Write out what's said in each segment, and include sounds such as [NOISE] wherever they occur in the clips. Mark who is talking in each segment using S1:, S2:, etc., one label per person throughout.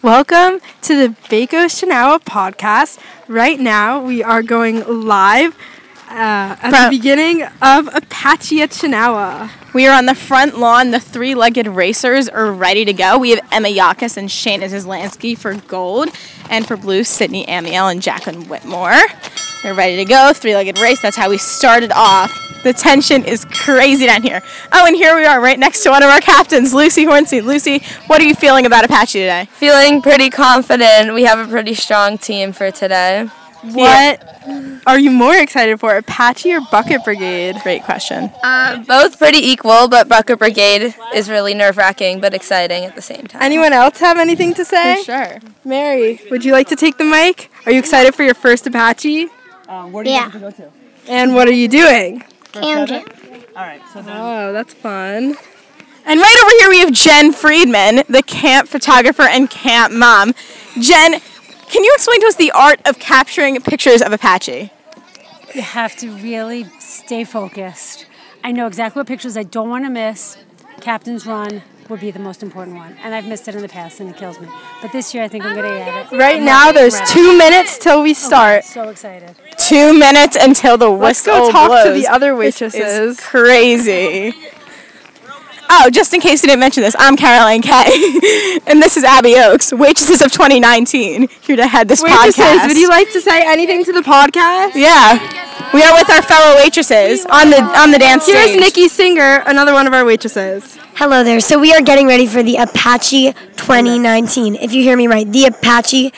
S1: Welcome to the Baco Shanawa podcast. Right now, we are going live uh, at
S2: From-
S1: the beginning of Apache at Shanawa.
S2: We are on the front lawn. The three legged racers are ready to go. We have Emma Yakas and Shane Zislansky for gold, and for blue, Sydney Amiel and Jacqueline Whitmore. They're ready to go. Three legged race. That's how we started off. The tension is crazy down here. Oh, and here we are right next to one of our captains, Lucy Hornsey. Lucy, what are you feeling about Apache today?
S3: Feeling pretty confident. We have a pretty strong team for today.
S1: What are you more excited for, Apache or Bucket Brigade?
S2: Great question.
S3: Uh, both pretty equal, but Bucket Brigade is really nerve wracking but exciting at the same time.
S1: Anyone else have anything to say?
S2: Sure.
S1: Mary, would you like to take the mic? Are you excited for your first Apache?
S4: Yeah,
S1: And what are you doing?
S4: cam jam.
S1: Oh, that's fun.
S2: And right over here we have Jen Friedman, the camp photographer and camp mom. Jen, can you explain to us the art of capturing pictures of Apache?
S5: You have to really stay focused. I know exactly what pictures I don't want to miss. Captain's Run would be the most important one, and I've missed it in the past, and it kills me. But this year, I think I'm gonna get it.
S1: Right now, there's two minutes till we start.
S5: So excited.
S2: Two minutes until the
S1: Let's
S2: whistle
S1: go talk to
S2: blows.
S1: the other
S2: This is
S1: waitresses.
S2: crazy. Oh, just in case you didn't mention this, I'm Caroline Kay, [LAUGHS] and this is Abby Oaks, Waitresses of 2019, here to head this
S1: Waitresses,
S2: podcast.
S1: would you like to say anything to the podcast?
S2: yeah, we are with our fellow waitresses on the on the dance
S1: Here's
S2: stage.
S1: Nikki Singer, another one of our waitresses.
S6: Hello there. So we are getting ready for the Apache 2019. If you hear me right, the Apache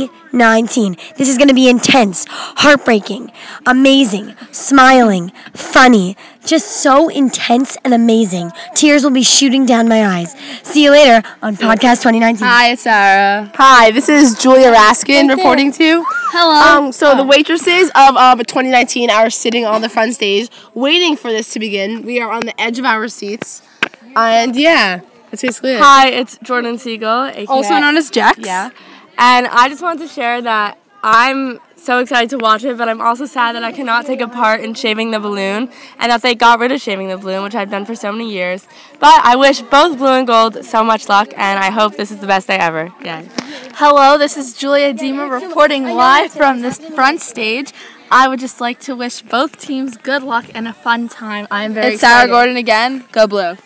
S6: 2019. This is going to be intense, heartbreaking, amazing, smiling, funny, just so intense and amazing. Tears will be shooting down my eyes. See you later on Podcast 2019.
S3: it's Sarah.
S7: Hi, this is Julia Raskin reporting to you. Hello. Um, so the waitresses of um, 2019 are sitting on the front stage waiting for this to begin. We are on the edge of our seats. And yeah, that's basically it.
S8: Hi, it's Jordan Siegel, aka
S1: Also known as Jax. Yeah.
S8: and I
S7: I just wanted to share that I'm so excited to watch it, but I'm also sad that I cannot take a part in shaving the balloon and that they got rid of shaving the balloon, which I've done for so many years. But I wish both blue and gold so much luck, and I hope this is the best day ever. Yeah.
S8: hello, this is Julia Dima reporting live from this front stage. I would just like to wish both teams good luck and a fun time. I am very
S3: It's Sarah Gordon again. Go blue.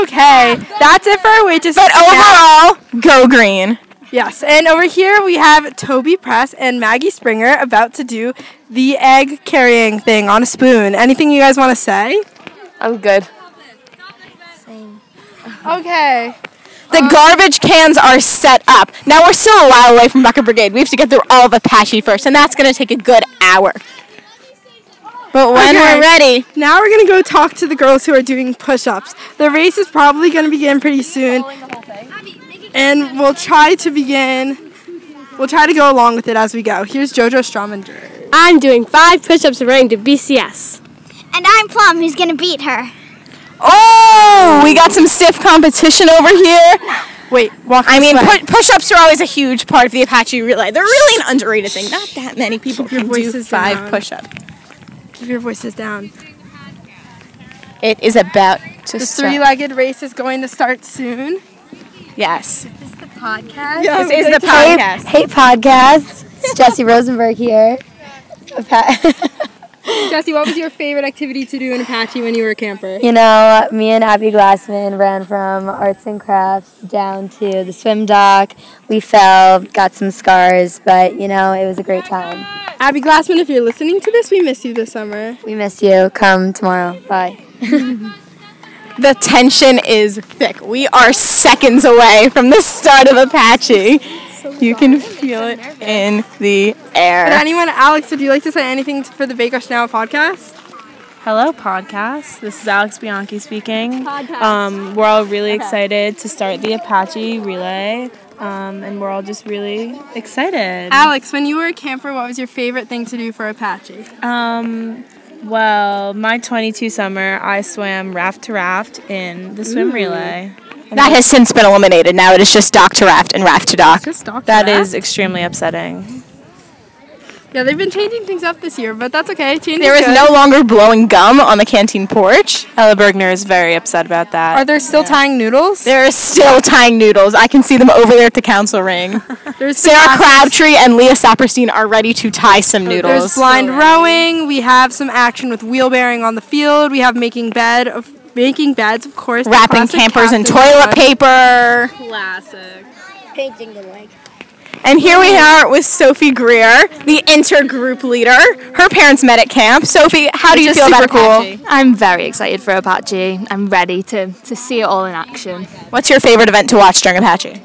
S1: Okay, that's it for our waitresses.
S2: But overall, go green.
S1: Yes, and over here we have Toby Press and Maggie Springer about to do the egg carrying thing on a spoon. Anything you guys want to say?
S7: I'm good.
S1: Okay.
S2: The
S1: Uh-huh.
S2: garbage cans are set up. Now we're still a while away from Bucket Brigade. We have to get through all of Apache first, and that's going to take a good hour. But when
S1: Okay.
S2: we're ready,
S1: Now we're gonna go talk to the girls who are doing push-ups. The race is probably gonna begin pretty soon, and we'll try to begin. We'll try to go along with it as we go. Here's JoJo Strominger.
S9: I'm doing five push-ups and running to BCS.
S4: And I'm Plum, who's gonna beat her.
S2: oh, we got some stiff competition over here.
S1: Wait, walk.
S2: I
S1: this
S2: mean,
S1: way.
S2: pu- push-ups are always a huge part of the Apache relay. They're really an underrated thing. Not that many people
S1: your
S2: can do
S1: voices
S2: five
S1: down.
S2: push-ups.
S1: keep your voices down.
S2: It is about to
S1: The
S2: start.
S1: three-legged race is going to start soon.
S2: yes,
S1: Podcast.
S2: this is the
S6: Hey,
S2: podcast.
S6: hey podcast. It's Jesse Rosenberg here. Apa-
S1: Jesse, what was your favorite activity to do in Apache when you were a camper?
S6: You know, me and Abby Glassman ran from arts and crafts down to the swim dock. We fell, got some scars, but you know, it was a great time.
S1: Abby Glassman, if you're listening to this, we miss you this summer.
S6: We miss you. Come tomorrow. Bye.
S2: [LAUGHS] The tension is thick. We are seconds away from the start of Apache. You can feel it in the
S1: But
S2: air.
S1: anyone, Alex, would you like to say anything t- for the Bake Off Now podcast?
S8: [LAUGHS] Hello, podcast. This is Alex Bianchi speaking. Um, we're all really excited to start the Apache relay, um, and we're all just really excited.
S1: Alex, when you were a camper, what was your favorite thing to do for Apache?
S8: Um, well, my 22 summer, I swam raft to raft in the swim relay.
S2: That has since been eliminated. Now it is just dock to raft and raft to dock.
S8: That is extremely upsetting.
S1: Yeah, they've been changing things up this year, but that's okay. Change
S2: There
S1: is
S2: is
S1: good.
S2: no longer blowing gum on the canteen porch.
S6: Ella Bergner is very upset about that.
S1: Are there still tying noodles?
S2: There is still tying noodles. I can see them over there at the council ring.
S1: [LAUGHS] There's
S2: Sarah
S1: some-
S2: Crabtree and Leah Saperstein are ready to tie some
S1: There's
S2: noodles.
S1: blind rowing. We have some action with wheel bearing on the field. We have making bed of making beds, of course. the
S2: Wrapping
S1: classic
S2: campers in
S1: captain's
S2: toilet
S1: rug.
S2: paper.
S10: Painting the leg.
S2: And here we are with Sophie Greer, the intergroup leader. Her parents met at camp. Sophie, how do you feel about Apache?
S11: I'm very excited for Apache. I'm ready to, to see it all in action.
S2: What's your favorite event to watch during Apache?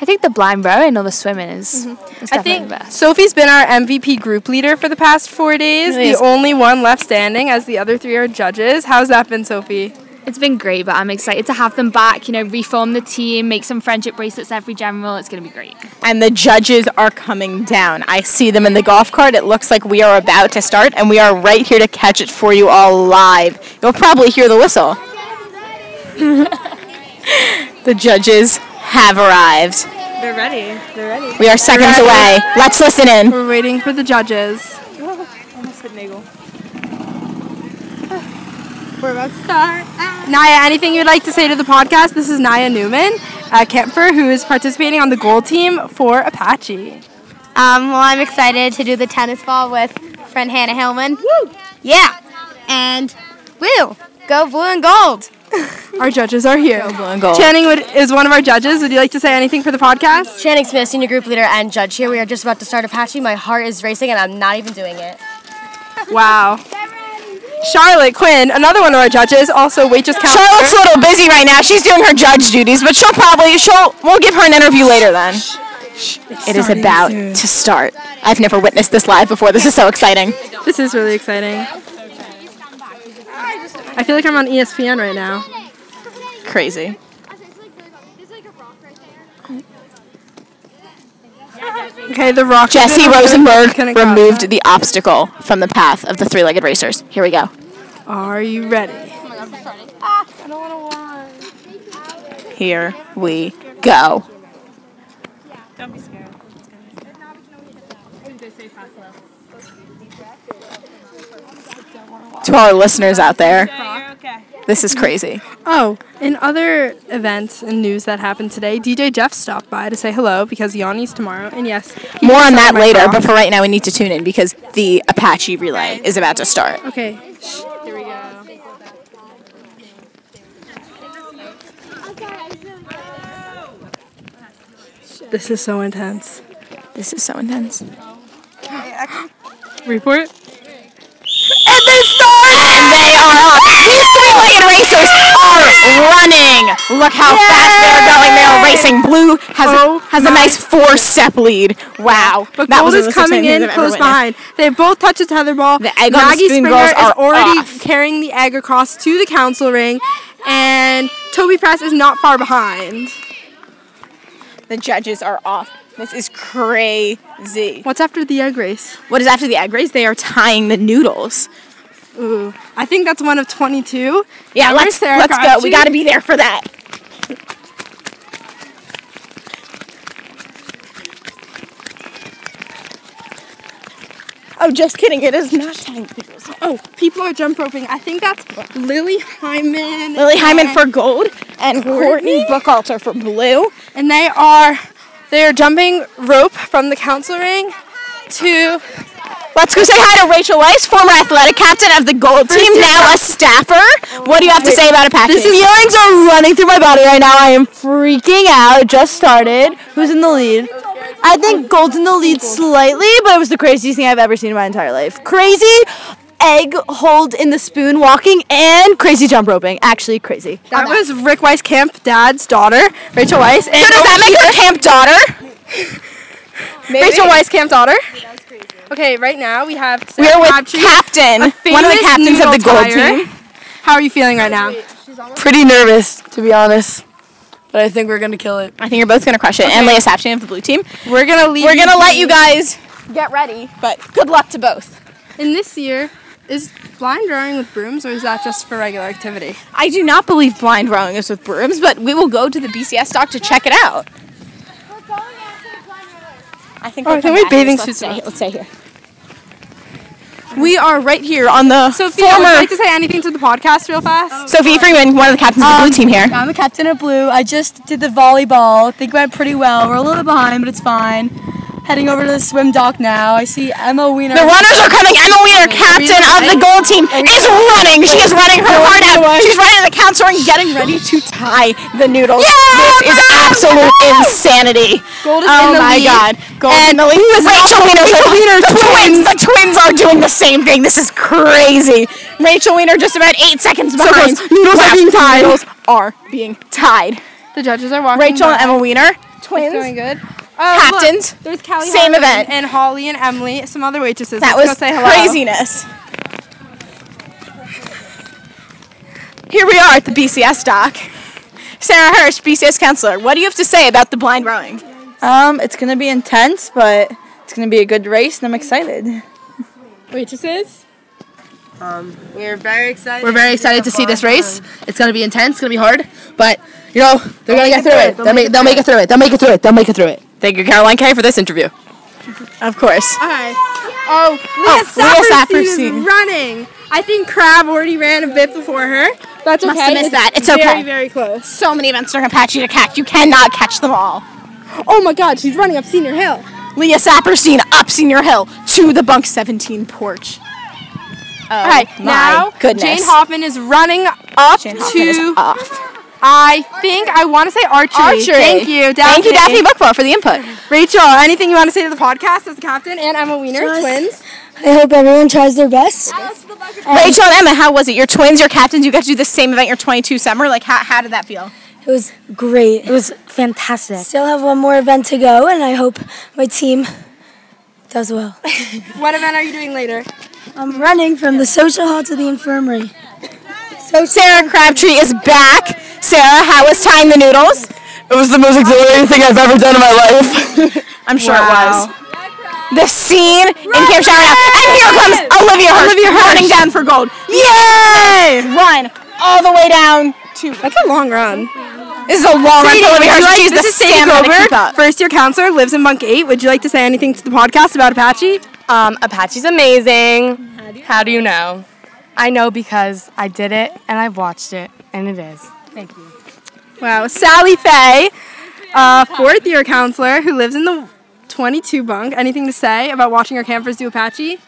S11: I think the blind rowing or the swimming is,
S2: Mm-hmm.
S11: is definitely the best.
S1: Sophie's been our MVP group leader for the past four days, the only one left standing as the other three are judges. How's that been, Sophie?
S11: It's been great, but I'm excited to have them back, you know, reform the team, make some friendship bracelets every general. It's going to be great.
S2: And the judges are coming down. I see them in the golf cart. It looks like we are about to start, and we are right here to catch it for you all live. You'll probably hear the whistle. [LAUGHS] the judges have arrived.
S6: They're ready. They're ready.
S2: We are seconds away. Let's listen in.
S1: We're waiting for the judges.
S6: Almost hit Nagel.
S1: [SIGHS] We're about to start. Naya, anything you'd like to say to the podcast? This is Naya Newman, a camper who is participating on the gold team for Apache.
S12: [LAUGHS] Um, well, I'm excited to do the tennis ball with friend Hannah Hillman. Woo! Yeah. And woo! Go blue and gold.
S1: Our judges are here. Channing would, is one of our judges. Would you like to say anything for the podcast?
S12: Channing Smith, senior group leader and judge here. We are just about to start Apache. My heart is racing and I'm not even doing it.
S1: [LAUGHS] Wow. Charlotte Quinn, another one of our judges, also waitress captain.
S2: Charlotte's a little busy right now. She's doing her judge duties, but she'll probably she'll we'll give her an interview later then. It is about to start. I've never witnessed this live before. This is so exciting.
S1: This is really exciting. I feel like I'm on E ESPN right now.
S2: Crazy.
S1: Okay, the rock.
S2: Jesse
S1: [LAUGHS]
S2: Rosenberg
S1: Can I grab
S2: removed
S1: that?
S2: the obstacle from the path of the three-legged racers. Here we go.
S1: Are you ready?
S2: Here we go.
S6: Don't be scared. They say fast enough.
S2: To all our listeners out there,
S6: You're okay.
S2: this is crazy.
S1: Oh, in other events and news that happened today, DJ Jeff stopped by to say hello because Yanni's tomorrow. And yes, he
S2: More
S1: will
S2: on that
S1: sign my
S2: later,
S1: bra.
S2: but for right now we need to tune in because the Apache relay is about to start.
S1: Okay. Here we go. This is so intense.
S2: This is so intense.
S1: Report.
S2: And they start! And they are up. These three-legged racers are running. Look how fast they're going. They are racing. Blue has,
S1: Oh
S2: has a nice four-step lead. Wow.
S1: But
S2: that
S1: gold
S2: was
S1: is coming in close behind. They both touch a tether ball.
S2: The egg on the
S1: Maggie
S2: spoon
S1: Springer
S2: girls
S1: is
S2: are
S1: already
S2: off.
S1: carrying the egg across to the council ring, and Toby Press is not far behind.
S2: The judges are off. This is crazy.
S1: What's after the egg race?
S2: What is after the egg race? They are tying the noodles.
S1: Ooh, I think that's one of 22.
S2: Yeah,
S1: Where's
S2: let's,
S1: Sarah
S2: let's go.
S1: Crabtree?
S2: We got to be there for that. Oh, just kidding. It is not tying the noodles.
S1: Oh, people are jump roping. I think that's Lily Hyman.
S2: Lily Hyman
S1: and-
S2: for gold and Courtney Buckalter for blue.
S1: and they are they are jumping rope from the council ring to
S2: Let's go say hi to Rachel Weiss, former athletic captain of the gold team, now a staffer. What do you have to say about Apache?
S13: This feelings are running through my body right now. I am freaking out. Just started. Who's in the lead? I think Gold's in the lead slightly, but it was the craziest thing I've ever seen in my entire life. Crazy egg hold in the spoon walking and crazy jump roping. Actually, crazy.
S1: that was Rick Weiss Camp dad's daughter, Rachel Weiss. And
S2: so does that make her camp daughter?
S1: Rachel Weiss Camp daughter. Okay, right now we have
S2: We are
S1: Sarah
S2: with
S1: Crabtree,
S2: Captain,
S1: a
S2: one of the
S1: famous
S2: captains of the
S1: noodle
S2: gold
S1: tyer.
S2: team.
S1: How are you feeling right now?
S14: Pretty nervous, to be honest. But I think we're gonna kill it.
S2: I think you're both gonna crush it. And Leah Sapchin of the blue team.
S1: We're gonna leave.
S2: We're gonna let you guys get ready, but good luck to both.
S1: And this year, is blind rowing with brooms, or is that just for regular activity?
S2: I do not believe blind rowing is with brooms, but we will go to the BCS dock to check it out. I think.
S1: Oh, I
S2: we'll
S1: think
S2: come
S1: we
S2: back.
S1: bathing
S2: Let's
S1: suits
S2: stay-
S1: on.
S2: Let's stay here. We are right here on the
S1: Sophia,
S2: former.
S1: would you like to say anything to the podcast real fast?
S2: Oh, Sophie Freeman, one of the captains of the blue team here.
S15: Um, I'm a captain of blue. I just did the volleyball. I think went pretty well. We're a little behind, but it's fine. Heading over to the swim dock now. I see Emma Wiener.
S2: The runners are coming. Emma Wiener, captain of the gold team, is running. She is running her heart out. She's running to the counselor and getting ready to tie the noodles. This is absolute insanity.
S1: Gold is
S2: oh
S1: in the
S2: my
S1: lead.
S2: god. Gold and
S1: lead. Who is
S2: Rachel
S1: also-
S2: Wiener.
S1: Rachel Wiener,
S2: the twins. The twins are doing the same thing. This is crazy. Crazy. Rachel Wiener just about eight seconds
S1: So
S2: behind.
S1: close. Noodles are
S2: Wow.
S1: being tied.
S2: Noodles are being tied. The judges are walking. Rachel and
S1: by.
S2: Emma Wiener,
S1: It's
S2: twins.
S1: doing good. Oh, look,
S2: captains.
S1: there's Callie
S2: Same
S1: Hartman
S2: event.
S1: And Holly and Emily, some other waitresses.
S2: That
S1: Let's
S2: was
S1: go say hello.
S2: craziness. Here we are at the BCS dock. Sarah Hirsch, BCS counselor. What do you have to say about the blind rowing?
S16: Um, it's gonna be intense, but it's gonna be a good race, and I'm excited.
S1: Waitresses?
S17: Um, we're very excited.
S18: We're very excited to see this race. It's gonna be intense. It's gonna be hard, but you know they're gonna
S17: make
S18: get
S17: it
S18: through it. They'll make, they'll make it through it. They'll make it through it. They'll make it through it.
S17: Thank you, Caroline K, for this interview.
S2: Of course.
S1: All right. Oh,
S2: Oh,
S1: Leah
S2: Leah
S1: Saperstein is
S2: Saperstein.
S1: running. I think Crab already ran a bit before her. That's
S2: Must
S1: okay.
S2: have missed that. It's
S1: very,
S2: okay.
S1: very close.
S2: So many events during Apache to catch. You cannot catch them all.
S1: Oh my God, she's running up Senior Hill.
S2: Leah Saperstein up Senior Hill to the bunk 17 porch.
S18: Oh
S1: All right,
S2: my
S1: now
S2: goodness.
S1: Jane Hoffman is running up to.
S2: Hoffman is
S1: I think I want to say archery.
S2: Archery.
S1: Thank you, Daphne.
S2: Thank you, Daphne Buckwell, for the input.
S1: Rachel, anything you want to say to the podcast as captain and Emma Wiener, twins?
S2: I hope everyone tries their best. Rachel and Emma, how was it? Your twins, your captains, you got to do the same event your 22 summer. Like, how, how did that feel?
S6: It was great. It was fantastic. Still have one more event to go, and I hope my team does well. [LAUGHS]
S1: What event are you doing later?
S6: I'm running from the social hall to the infirmary.
S2: So Sarah Crabtree is back. Sarah, how was tying the noodles?
S17: It was the most exhilarating thing I've ever done in my life.
S2: [LAUGHS] I'm sure it was. The scene in Camp Shower now. And here comes Olivia Hirsch,
S1: Olivia Hirsch.
S2: running down for gold. Yay! Run all the way down to.
S1: That's a long run.
S2: This is a long run for Olivia Hirsch. She has
S1: this
S2: the
S1: is Sadie
S2: stamina to
S1: Grover,
S2: keep up.
S1: first year counselor, lives in Bunk 8. Would you like to say anything to the podcast about Apache?
S19: Um, Apache's amazing. How do, you know? I know because I did it and I've watched it, and it is.
S20: Thank you.
S1: Wow, Sally Faye, uh, fourth year counselor who lives in the 22 bunk. Anything to say about watching our campers do Apache?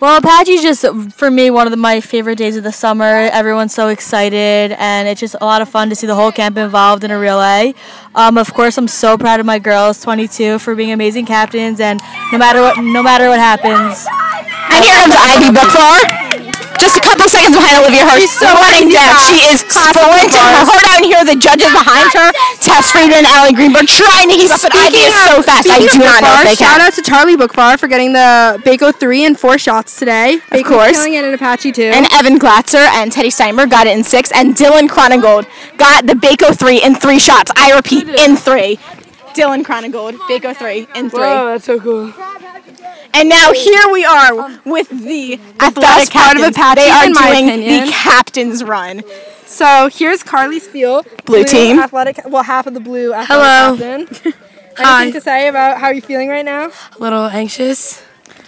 S13: Well, Apache's just for me one of the, my favorite days of the summer. Everyone's so excited, and it's just a lot of fun to see the whole camp involved in a relay. Um, of course, I'm so proud of my girls, 22, for being amazing captains, and no matter what, no matter what happens.
S2: And here comes Ivy Bucklar. Just a couple seconds behind Olivia Hirsch.
S13: She's so
S2: running
S13: crazy
S2: down.
S13: fast.
S2: She is
S13: Class of
S2: sprinting her
S13: bars.
S2: heart out. And here are the judges behind her. Tess Friedman and Allie Greenberg trying to keep up. But Ivy is so fast. I do not know if they
S1: Shout
S2: can.
S1: out to Charlie Bookbar for getting the Baco 3 and 4 shots today. Of
S2: course.
S1: Killing it in Apache too.
S2: And Evan Glatzer and Teddy Steinberg got it in six. And Dylan Cronigold got the Baco three in three shots. I repeat, in three. Dylan Cronigold, Baco three in three.
S1: Wow,
S2: that's so cool. And now here we are with the athletic
S1: best part of
S2: captains.
S1: Apache,
S2: They are
S1: in my
S2: doing
S1: opinion.
S2: the captain's run.
S1: So here's Carly Spiel,
S2: Blue team.
S1: athletic. Well, half of the blue. Athletic
S17: Hello.
S1: [LAUGHS] Captain.
S17: Hi.
S1: Anything to say about how you're feeling right now?
S17: A little anxious.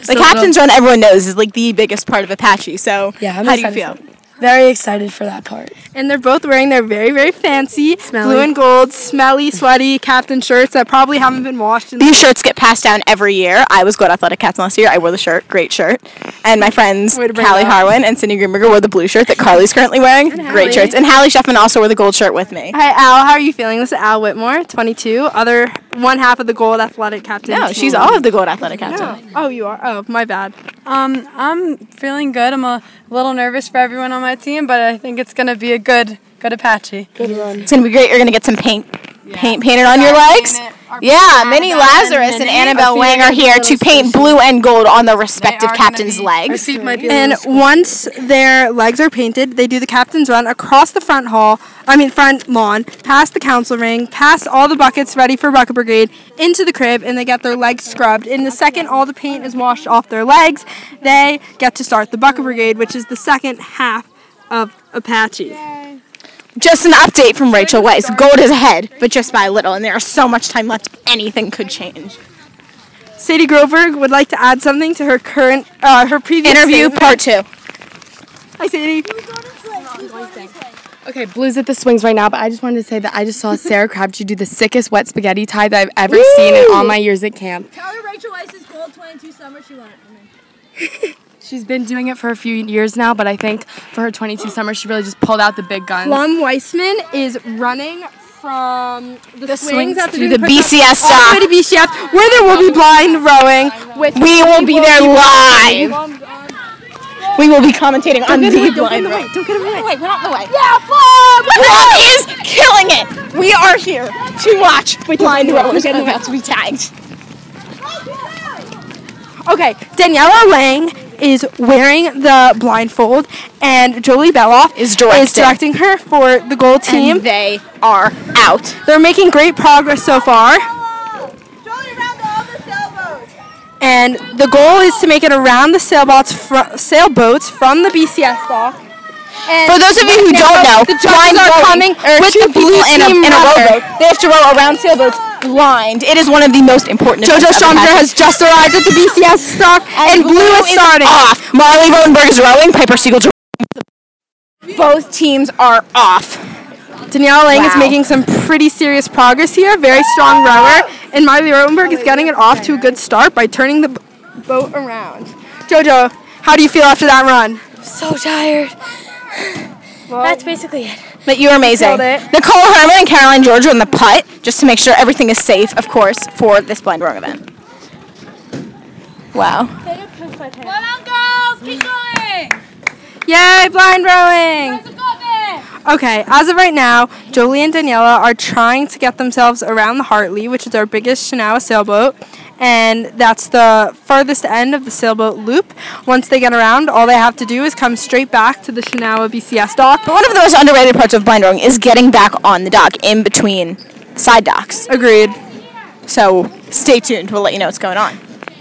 S2: The captain's run, everyone knows, is like the biggest part of Apache. So how do you feel?
S17: Very excited for that part.
S1: And they're both wearing their very, very fancy
S2: Smelly.
S1: blue and gold, smelly, sweaty captain shirts that probably haven't been washed. In [LAUGHS]
S2: These shirts get passed down every year. I was Gold Athletic Captain last year. I wore the shirt, great shirt. And my friends
S1: Way to bring
S2: Callie
S1: it up.
S2: Harwin and Cindy Greenberger wore the blue shirt that Carly's currently wearing.
S1: Hallie.
S2: Great shirts. And Hallie Sheffman also wore the gold shirt with me.
S1: Hi Al, how are you feeling? This is Al Whitmore, 22, other one half of the gold athletic captain.
S2: No,
S1: team.
S2: she's all of the Gold Athletic Captain.
S1: No. Oh, you are. Oh, my bad.
S21: Um, I'm feeling good. I'm a little nervous for everyone on my team, but I think it's gonna be a good, good Apache. Good run.
S2: It's gonna be great. You're gonna get some paint paint painted on your legs. Yeah, Minnie Lazarus and Annabelle Wang are here to paint blue and gold on the respective captain's legs.
S1: And once their legs are painted, they do the captain's run across the front hall, I mean, front lawn, past the council ring, past all the buckets ready for Bucket Brigade, into the crib, and they get their legs scrubbed. In the second all the paint is washed off their legs, they get to start the Bucket Brigade, which is the second half of Apache.
S2: Just an update from Rachel Weiss. Gold is ahead, but just by a little, and there is so much time left. Anything could change.
S1: Sadie Groberg would like to add something to her current, uh, her previous
S2: Interview
S1: statement.
S2: part two.
S1: Hi, Sadie.
S19: Okay, Blue's at the swings right now, but I just wanted to say that I just saw Sarah Crabtree do the sickest wet spaghetti tie that I've ever seen in all my years at camp.
S22: Tell her Rachel Weiss's gold 22 summer she won it for me.
S19: She's been doing it for a few years now, but I think for her 22 summer, she really just pulled out the big guns.
S1: Plum Weissman is running from the,
S2: The swings
S1: swings, after
S2: to
S1: doing
S2: the
S1: push-ups
S2: BCS
S1: all the way
S2: dock.
S1: to BCS, where there will be blind rowing. Which
S2: We will be there live. We will be commentating
S1: Don't
S2: on the
S1: get away, don't
S2: blind
S1: get away,
S2: row.
S1: don't get away.
S2: Wait, we're not in the way. Yeah, Bob! Bob is killing it. We are here to watch blind rowers and about to be tagged.
S1: Okay, Daniela Lang is wearing the blindfold, and Jolie Beloff
S2: is directing.
S1: her for the goal team.
S2: they are out.
S1: They're making great progress so far. And the goal is to make it around the sailboats, fr- sailboats from the BCS dock. And
S2: For those of you who
S1: now
S2: don't know,
S1: the
S2: blind
S1: judges are
S2: rowing
S1: coming
S2: are
S1: with
S2: two
S1: the blue
S2: people in a,
S1: team
S2: in a
S1: rubber.
S2: rowboat. They have to row around sailboats blind. It is one of the most important.
S1: Jojo
S2: events of
S1: Strumger
S2: Apache.
S1: has just arrived at the BCS stock, and, blue, is starting.
S2: off. Marley Rodenberg is rowing. Piper Siegel. dr- Both teams are off.
S1: Danielle Lang is
S2: Wow.
S1: making some pretty serious progress here. Very strong rower. And Miley Rotenberg is getting it off to a good start by turning the b- boat around. Jojo, how do you feel after that run?
S23: So tired. That's basically it.
S2: But you are amazing.
S23: Killed it.
S2: Nicole Herman and Caroline Georgia on the putt, just to make sure everything is safe, of course, for this blind rowing event. Wow.
S1: Yay, blind rowing! Okay, as of right now, Jolie and Daniela are trying to get themselves around the Hartley, which is our biggest Shanawa sailboat, and that's the farthest end of the sailboat loop. Once they get around, all they have to do is come straight back to the Shanawa BCS dock.
S2: But one of the most underrated parts of blind rowing is getting back on the dock in between side docks.
S1: Agreed.
S2: So stay tuned. We'll let you know what's going on.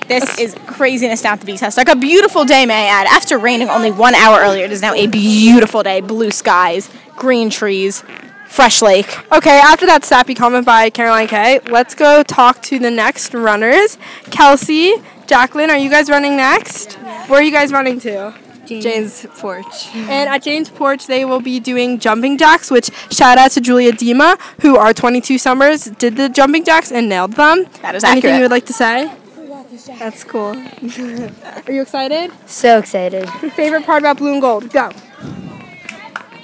S2: This is craziness down at the beach house. Like a beautiful day, may I add. After raining only one hour earlier, it is now a beautiful day. Blue skies, green trees, fresh lake.
S1: Okay, after that sappy comment by Caroline Kay, let's go talk to the next runners. Kelsey, Jacqueline, are you guys running next? Where are you guys running to? James. Porch. And at James Porch, they will be doing jumping jacks, which shout out to Julia Dima, who our 22 summers did the jumping jacks and nailed them.
S2: That is
S1: Anything
S2: accurate.
S1: you would like to say? That's cool. [LAUGHS] are you excited?
S24: So
S1: [LAUGHS]
S24: excited.
S1: Favorite part about blue and gold? Go.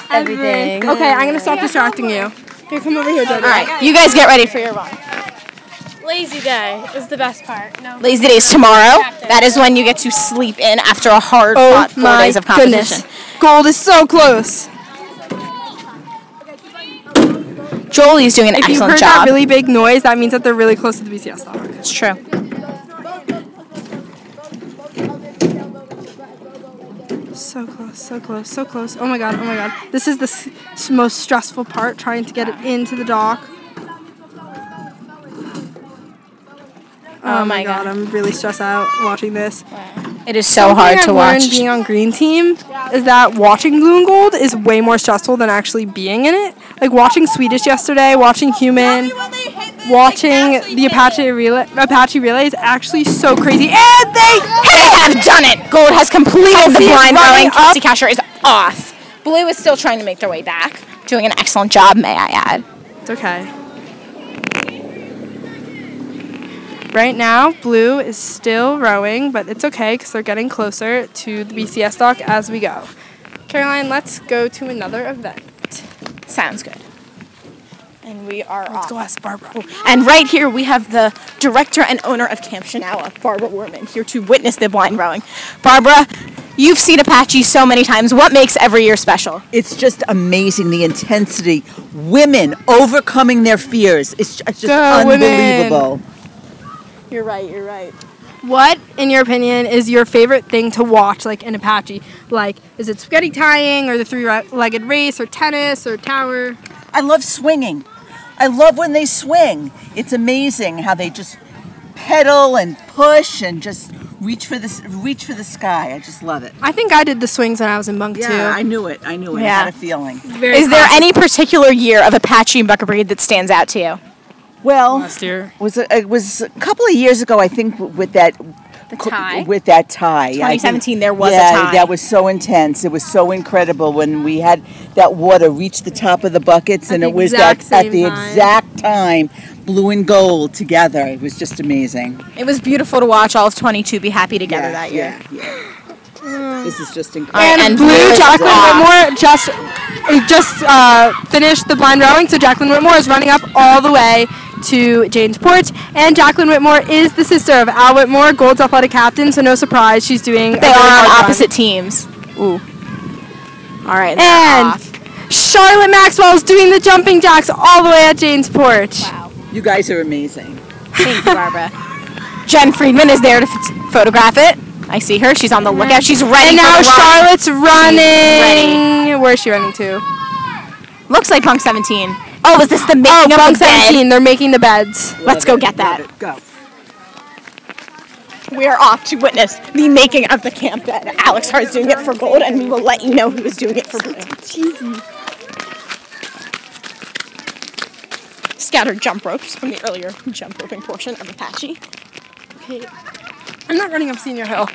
S24: Everything.
S1: Okay, I'm gonna stop distracting you. Here, come over here, Jordan.
S2: All right, you guys get ready for your run.
S3: Lazy day is the best part. No.
S2: Lazy days tomorrow. That is when you get to sleep in after a hard fought four
S1: Oh my
S2: days of competition.
S1: goodness. Gold is so close.
S2: Jolie's doing an
S1: if you
S2: excellent
S1: heard
S2: job.
S1: that really big noise, that means that they're really close to the BCS dock.
S2: it's true.
S1: So close, so close, so close. Oh my god, oh my god. This is the s- s- most stressful part, trying to get it into the dock. Oh, my god. I'm really stressed out watching this.
S2: It is so hard
S1: I've
S2: to
S1: learned
S2: watch.
S1: Being on green team is that watching blue and gold is way more stressful than actually being in it. Like watching Swedish yesterday, watching human, watching the Apache relay, Apache relay is actually so crazy. And they
S2: have done it. Gold has completed
S1: Kelsey
S2: the
S1: is
S2: blind
S1: running
S2: rowing. Kelsey Kasher is off. Blue is still trying to make their way back, doing an excellent job, may I add.
S1: It's okay. Right now, blue is still rowing, but it's okay because they're getting closer to the BCS dock as we go. Caroline, let's go to another event.
S2: Sounds good. And we are off.
S1: go ask Barbara.
S2: And right here we have the director and owner of Camp Shanawa, Barbara Worman, here to witness the blind rowing. Barbara, you've seen Apache so many times. What makes every year special?
S25: It's just amazing the intensity. Women overcoming their fears. It's ju- it's just
S1: Go, women.
S25: unbelievable.
S1: You're right, you're right. What, in your opinion, is your favorite thing to watch, like in Apache? Like, is it spaghetti tying, or the three legged race, or tennis, or tower?
S25: I love swinging. I love when they swing. It's amazing how they just pedal and push and just reach for the s- reach for the sky. I just love it.
S1: I think I did the swings when I was in Monk
S25: yeah,
S1: too.
S25: I knew it. I knew it. I
S2: Yeah.
S25: had a feeling.
S2: Is there any particular year of Apache and Buckaroo that stands out to you?
S25: Well,
S10: Last year?
S25: was it, it was a couple of years ago, I think, with that co-
S2: tie?
S25: With that tie, I think-
S2: 2017, there was a
S25: yeah,
S2: tie.
S25: that was so intense. It was so incredible when we had that water reach the top of the buckets, and
S2: the
S25: it was
S2: exact
S25: that at
S2: same
S25: the
S2: time.
S25: exact time, blue and gold together. It was just amazing.
S2: It was beautiful to watch all of 22 be happy together that year.
S25: This is just incredible.
S2: Alright,
S1: And,
S2: Mm. and
S1: Blue
S2: blue is
S1: Jacqueline
S2: off.
S1: Whitmore just just uh, finished the blind rowing, so Jacqueline Whitmore is running up all the way to Jane's Porch. And Jacqueline Whitmore is the sister of Al Whitmore, Gold's athletic captain, so no surprise she's doing.
S2: They are on opposite teams. Ooh. All right. and they're
S1: And Charlotte Maxwell is doing the jumping jacks all the way at Jane's Porch. Wow.
S25: You guys are amazing.
S2: Thank you, Barbara. Jen Friedman is there to f- photograph it. I see her. She's on the lookout. She's ready.
S1: And
S2: for
S1: now
S2: the run.
S1: Charlotte's running.
S2: ready.
S1: Where is she running to?
S2: Looks like Punk 17. Oh, is this the making of
S1: Bunk
S2: the bed?
S1: 17. They're making the beds.
S2: Let's go get that.
S25: Go.
S2: We are off to witness the making of the camp bed. Alex Hart is doing it for gold, and we will let you know who is doing it for blue. Cheesy. Scattered jump ropes from the earlier jump roping portion of Apache.
S1: Okay. I'm not running up Senior Hill.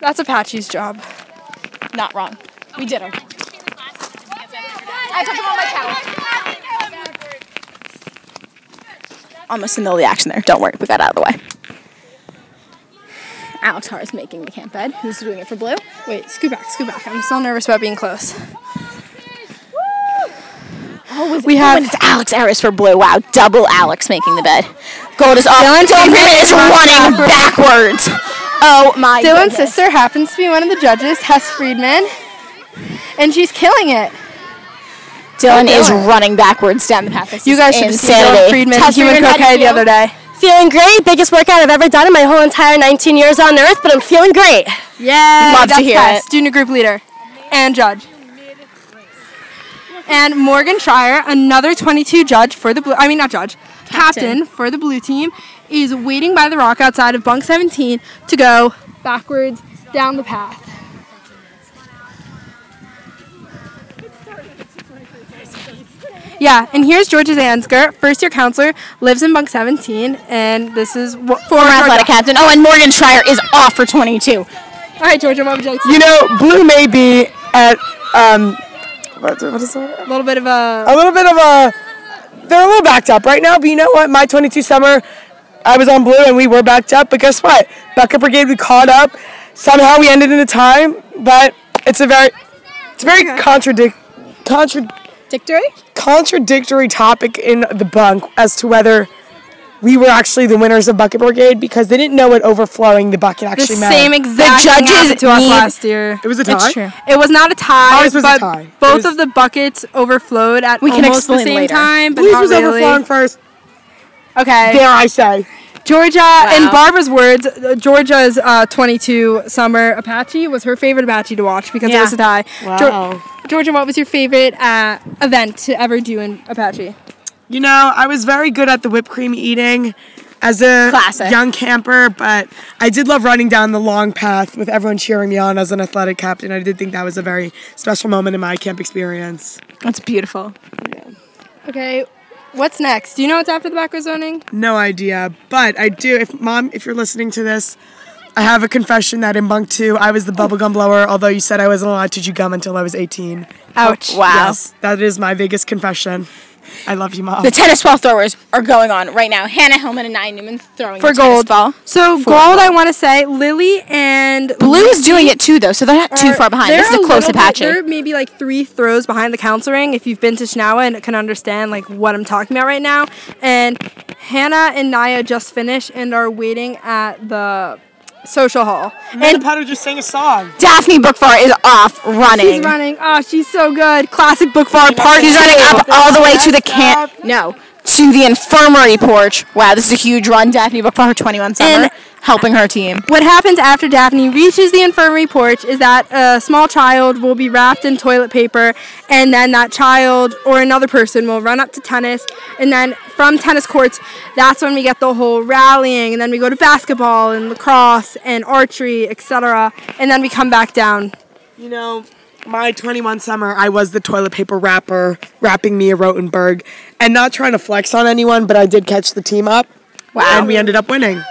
S1: That's Apache's job.
S2: Not wrong. We did it.
S22: I took them on my towel.
S2: Almost in the middle of the action there. Don't worry, we got out of the way. Alex Hart is making the camp bed. Who's doing it for blue?
S1: Wait, scoot back, scoot back. I'm still nervous about being close.
S2: Oh, we have it's Alex Harris for blue. Wow, double Alex making the bed. Gold is off.
S1: Dylan
S2: Dylan
S1: Freeman
S2: Freeman is
S1: is
S2: running backwards. Oh my
S1: Dylan's
S2: goodness.
S1: sister happens to be one of the judges, Hess Friedman, and she's killing it.
S2: Dylan
S1: Oh,
S2: is
S1: Dylan.
S2: running backwards down the path. This
S1: You
S2: is
S1: guys should have seen Dylan
S2: insanity.
S1: Friedman,
S2: Tess
S1: he went
S2: Friedman, how do
S1: croquet
S2: you
S1: the
S2: feel?
S1: other day.
S26: Feeling great. Biggest workout I've ever done in my whole entire 19 years on earth, but I'm feeling great.
S1: Yeah,
S26: Love to
S1: that's
S26: hear
S1: Hess,
S26: it.
S1: Junior group leader and judge. And Morgan Schreier, another 22 judge for the blue, I mean, not judge, captain.
S27: Captain.
S1: for the blue team, is waiting by the rock outside of bunk 17 to go backwards down the path. Yeah, and here's Georgia Zansker, first year counselor, lives in bunk 17, and this is what, former
S2: athletic captain. Oh, and Morgan Schreier is off for 22. All
S1: right, Georgia, what would you like to
S26: You know, blue may be at um, what, what is that?
S1: A little bit of a.
S26: A little bit of a. They're a little backed up right now, but you know what? My 22 summer, I was on blue and we were backed up. But guess what? Bucket Brigade, we caught up. Somehow we ended in a time, but it's a very, it's a very contradict, contradictory, contradictory topic in the bunk as to whether. We were actually the winners of Bucket Brigade because they didn't know what overflowing the bucket actually meant.
S1: same exact thing happened to us last year.
S26: It was a tie.
S1: It was not a tie.
S26: Ours was a
S1: but
S26: tie. It
S1: Both
S26: was-
S1: of the buckets overflowed at
S26: We can
S1: almost the
S26: explain
S1: same
S26: later.
S1: time, but
S26: Blues
S1: not
S26: was
S1: really.
S26: overflowing first.
S1: Okay.
S26: Dare I say?
S1: Georgia, in
S26: Wow.
S1: Barbara's words, uh, Georgia's uh, 22 summer Apache was her favorite Apache to watch because it
S26: Yeah.
S1: was a tie. Geor-
S26: Wow.
S1: Georgia, what was your favorite uh, event to ever do in Apache?
S26: You know, I was very good at the whipped cream eating as a
S1: Classic.
S26: young camper, but I did love running down the long path with everyone cheering me on as an athletic captain. I did think that was a very special moment in my camp experience.
S2: That's beautiful.
S1: Okay, what's next? Do you know what's after the backwards zoning?
S26: No idea, but I do. If mom, if you're listening to this, I have a confession that in bunk two, I was the bubblegum blower, although you said I wasn't allowed to chew gum until I was 18.
S2: Ouch. Wow.
S26: Yes, that is my biggest confession. I love you, mom.
S2: The tennis ball throwers are going on right now. Hannah Hellman and Nia Newman throwing
S1: For
S2: the tennis
S1: gold.
S2: ball.
S1: So
S2: For
S1: gold, I want to say Lily and
S2: Blue is doing it too, though, so they're not too
S1: are-
S2: far behind.
S1: they're
S2: This is a close
S1: little bit-
S2: Apache.
S1: they're maybe like three throws behind the council ring. If you've been to Shinawa and can understand like what I'm talking about right now, and Hannah and Naya just finished and are waiting at the social hall.
S26: and Potter just sang a song.
S2: Daphne Bookfar is off running.
S1: She's running. Oh, she's so good. Classic book far part.
S2: She's running up all the way to the camp. No, to the infirmary porch. Wow, this is a huge run. Daphne Bookfar, 21 summer,
S1: And-
S2: helping her team.
S1: What happens after Daphne reaches the infirmary porch is that a small child will be wrapped in toilet paper, and then that child or another person will run up to tennis, and then from tennis courts, that's when we get the whole rallying, and then we go to basketball and lacrosse and archery, etc., and then we come back down.
S26: You know, my 21 summer, I was the toilet paper wrapper, wrapping Mia Rotenberg, and not trying to flex on anyone, but I did catch the team up. Wow. And we ended up winning.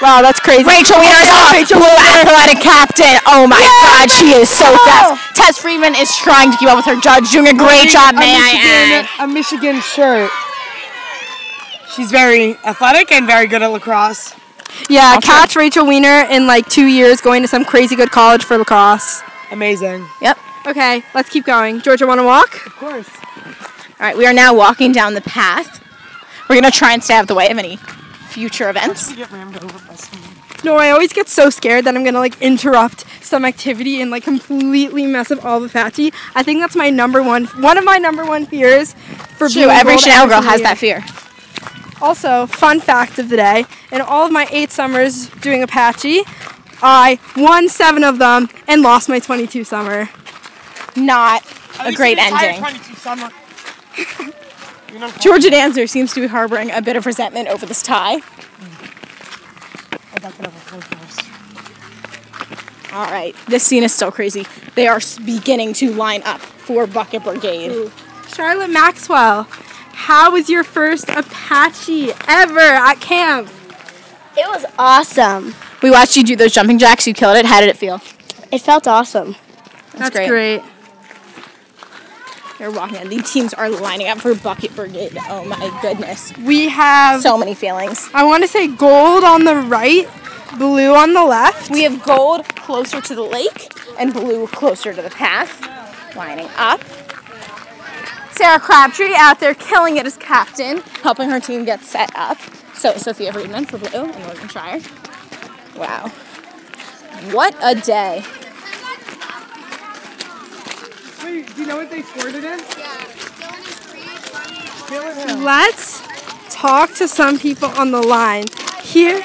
S13: Wow, that's crazy.
S2: Rachel Wiener's Rachel Blue Athletic Captain. Oh my God, she is so fast. Tess Freeman is trying to keep up with her judge, doing a great
S26: Wearing
S2: job,
S26: a
S2: may I
S26: Michigan- A Michigan shirt. She's very athletic and very good at lacrosse.
S1: Yeah, catch Rachel Weiner in like two years going to some crazy good college for lacrosse.
S26: Amazing.
S2: Yep.
S1: Okay, let's keep going. Georgia, want to walk? Of
S26: course.
S2: add. All right, we are now walking down the path. We're gonna try and stay out of the way of any future events.
S1: No, I always get so scared that I'm gonna like interrupt some activity and like completely mess up all the patchy. I think that's my number one, one of my number one fears for
S2: True,
S1: Blue and
S2: every
S1: Gold
S2: Chanel
S1: every
S2: girl has
S1: year.
S2: that fear.
S1: Also, fun fact of the day: in all of my eight summers doing Apache, I won seven of them and lost my 22 summer.
S2: Not a great ending.
S26: [LAUGHS]
S2: Georgia Danzer seems to be harboring a bit of resentment over this tie. All right, this scene is still crazy. They are s- beginning to line up for Bucket Brigade.
S1: Charlotte Maxwell, how was your first Apache ever at camp?
S10: It was awesome.
S2: We watched you do those jumping jacks. You killed it. How did it feel?
S10: It felt awesome.
S2: That's, great. great. You're walking in. The teams are lining up for Bucket Brigade. Oh my goodness.
S1: We have
S2: so many feelings.
S1: I want to say gold on the right, blue on the left.
S2: We have gold closer to the lake and blue closer to the path. Lining up. Sarah Crabtree out there killing it as captain, helping her team get set up. So Sophia Friedman for blue and Morgan Shire. Wow. What a day.
S26: Wait, do you know what they scored it in?
S1: Let's talk to some people on the line. Here,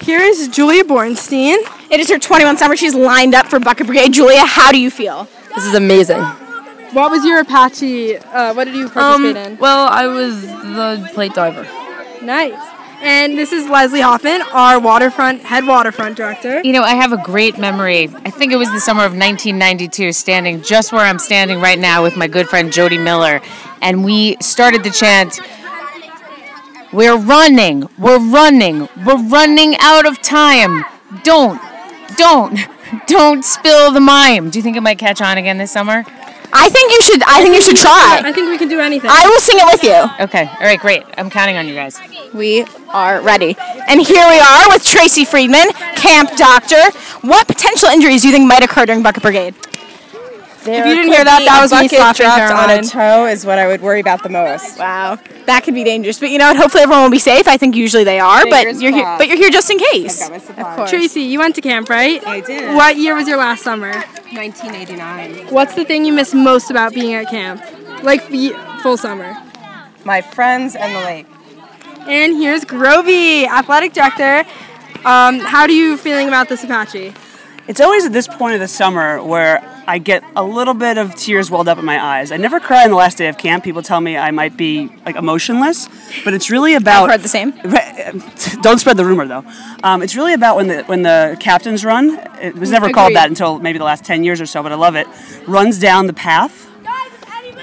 S1: here is Julia Bornstein.
S2: It is her 21 summer. She's lined up for Bucket Brigade. Julia, how do you feel?
S11: This is amazing.
S1: What was your Apache? Uh, what did you participate in?
S11: Um, Well, I was the plate diver.
S1: Nice. And this is Leslie Hoffman, our waterfront head waterfront director.
S24: You know, I have a great memory. I think it was the summer of 1992, standing just where I'm standing right now with my good friend Jody Miller. And we started the chant We're running, we're running, we're running out of time. Don't, don't, [LAUGHS] don't spill the mime. Do you think it might catch on again this summer?
S2: I think you should. I think you should try.
S1: I think we can do anything.
S2: I will sing it with you.
S24: Okay, all right, great. I'm counting on you guys.
S2: We are ready. And here we are with Tracy Friedman, camp doctor. What potential injuries do you think might occur during Bucket Brigade?
S28: There
S2: If you didn't
S28: could
S2: hear that,
S28: be
S2: that
S28: a
S2: was me
S28: bucket
S2: slapping
S28: dropped
S2: her
S28: on
S2: on.
S28: a toe is what I would worry about the most.
S2: Wow, that could be dangerous. But you know what? Hopefully everyone will be safe. I think usually they are, but
S28: Fingers
S2: you're here,
S28: crossed.
S2: but you're here just in case.
S28: Of
S1: Tracy, you went to camp, right? I
S28: did.
S1: What year was your last summer?
S28: 1989.
S1: What's the thing you miss most about being at camp? Like ye- full summer.
S28: My friends and the lake.
S1: And here's Grovey, athletic director. Um, how do you feeling about this Apache?
S4: It's always at this point of the summer where I get a little bit of tears welled up in my eyes. I never cry on the last day of camp. People tell me I might be like emotionless, but it's really about. I've heard
S2: the
S4: [LAUGHS]
S2: same.
S4: Don't spread the rumor though. Um, it's really about when the when the captain's run. It was never called
S29: Agreed.
S4: that until maybe the last ten years or so, but I love it. Runs down the path.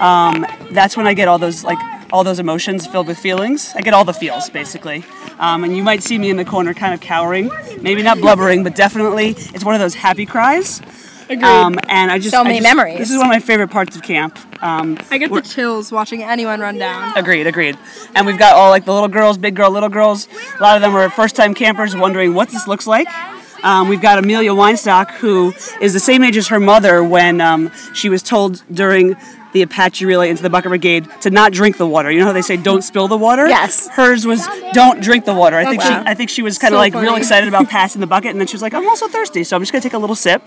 S4: Um, that's when I get all those like all those emotions filled with feelings. I get all the feels basically. Um, and you might see me in the corner, kind of cowering, maybe not blubbering, but definitely it's one of those happy cries.
S1: Agreed.
S4: Um, and I just
S1: So
S4: I
S1: many
S4: just-
S1: memories.
S4: This is one of my favorite parts of camp. Um,
S1: I get the
S4: we're-
S1: chills watching anyone run down.
S4: Agreed, agreed. And we've got all like the little girls, big girl, little girls. A lot of them are first time campers wondering what this looks like. Um, we've got Amelia Weinstock, who is the same age as her mother when um, she was told during the Apache relay into the Bucket Brigade to not drink the water. You know how they say don't spill the water? Yes. Hers was don't drink the water. I think
S30: Wow.
S4: she I think she was kind of
S30: So
S4: like real
S30: funny.
S4: excited about passing the bucket and then she was like, I'm also thirsty, so I'm just gonna take a little sip.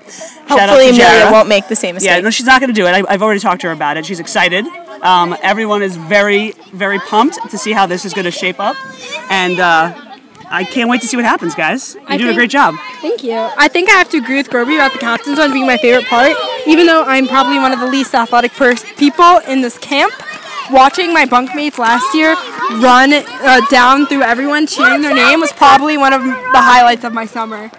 S2: Hopefully Amelia
S4: Jara.
S2: won't make the same mistake.
S4: Yeah, no, she's not going to do it. I, I've already talked to her about it. She's excited. Um, everyone is very, very pumped to see how this is going to shape up, and uh, I can't wait to see what happens, guys. You're
S1: I
S4: doing a
S1: think-
S4: great job.
S1: Thank you. I think I have to agree with Groby about the captain's one being my favorite part, even though I'm probably one of the least athletic pers- people in this camp. Watching my bunkmates last year run uh, down through everyone cheering their name was probably one of the highlights of my summer.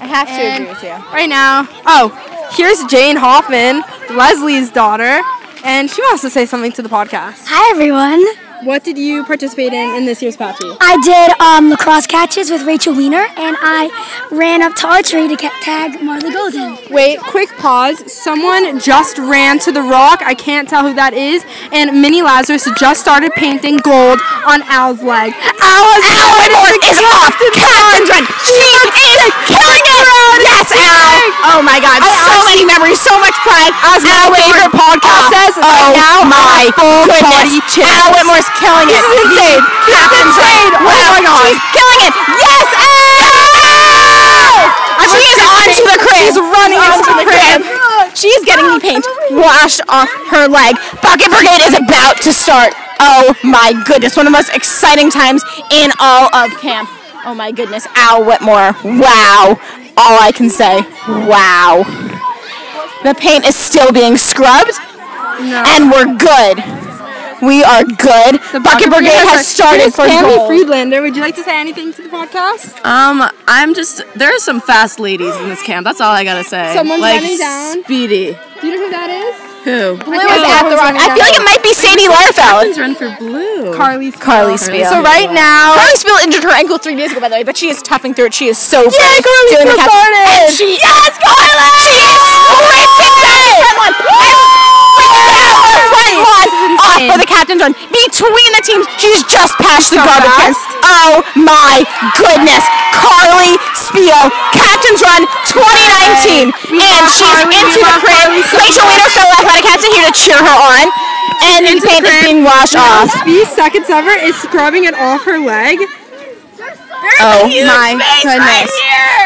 S2: I have to
S1: And
S2: agree with you.
S1: Right now, oh, Here's Jane Hoffman, Leslie's daughter, and she wants to say something to the podcast.
S31: Hi, everyone.
S1: What did you participate in in this year's Patchy?
S31: I did um, lacrosse catches with Rachel Weiner, and I ran up to archery to ca- tag Marla Golden.
S1: Wait, quick pause. Someone just ran to the rock. I can't tell who that is. And Minnie Lazarus just started painting gold on Al's leg. Al is
S2: Our board is off. Captain Dren, she is killing it. Yes, Al. Oh my God, so many memories, so much pride. As Al my favorite podcast says, oh now oh my full goodness, Al Whitmore's killing it. This is insane. This is insane. Wow, oh my God, she's killing it. Yes, Al. She is onto the crib. She's running onto the crib. [GASPS] Ah, She's getting the paint washed off her leg. Bucket Brigade is about to start. Oh my goodness, one of the most exciting times in all of camp. Oh my goodness, Al Whitmore. Wow. All I can say, wow. The paint is still being scrubbed, and we're good. We are good. The Bucket, Brigade has
S1: Here's
S2: started for
S1: Tammy
S2: gold.
S1: Friedlander, would you like to say anything to the podcast?
S15: Um, I'm just there are some fast ladies in this camp. That's all I gotta say.
S1: Someone's
S15: like,
S1: running down.
S15: Speedy.
S1: Do you know who that is?
S15: Who?
S1: Blue is at the rock.
S2: I feel like it might be Sadie Larfeld.
S15: Run for blue.
S1: Carly's
S2: Carly Spiel.
S1: So right now,
S2: Carly Spiel injured her ankle three days ago, by the way, but she is toughing through it. She is so brave.
S1: Carly
S2: doing the
S1: Spiel
S2: catch-
S1: started.
S2: And she, yes, Carly! She is sprinting down someone. And freaking down the front line off for the captain's run. Between the teams, she's just past the garbage can. Oh my goodness. Carly Spiel, captain's run 2019. and she's into the crib. Rachel Wiener, fellow athletic captain, here to cheer her on. And the paint is being washed off.
S1: B seconds ever is scrubbing it off her leg.
S2: Oh my goodness.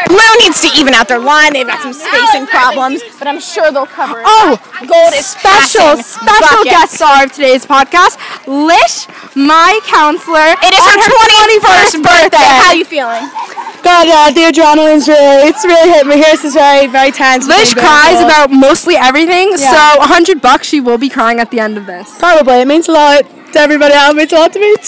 S2: Blue needs to even out their line. They've got some spacing problems, but I'm sure they'll cover it. Oh, gold is
S1: Special,
S2: passing
S1: special
S2: buckets.
S1: guest star of today's podcast, Lish, my counselor.
S2: It is
S1: on
S2: her 21st birthday. How you feeling?
S26: God, yeah, the adrenaline's really, it's really hit my Here's is very, very tense.
S1: Lish
S26: Very
S1: cries
S26: difficult.
S1: about mostly everything,
S26: Yeah.
S1: so 100 bucks she will be crying at the end of this.
S26: Probably. It means a lot to everybody else. It means a lot to me, too.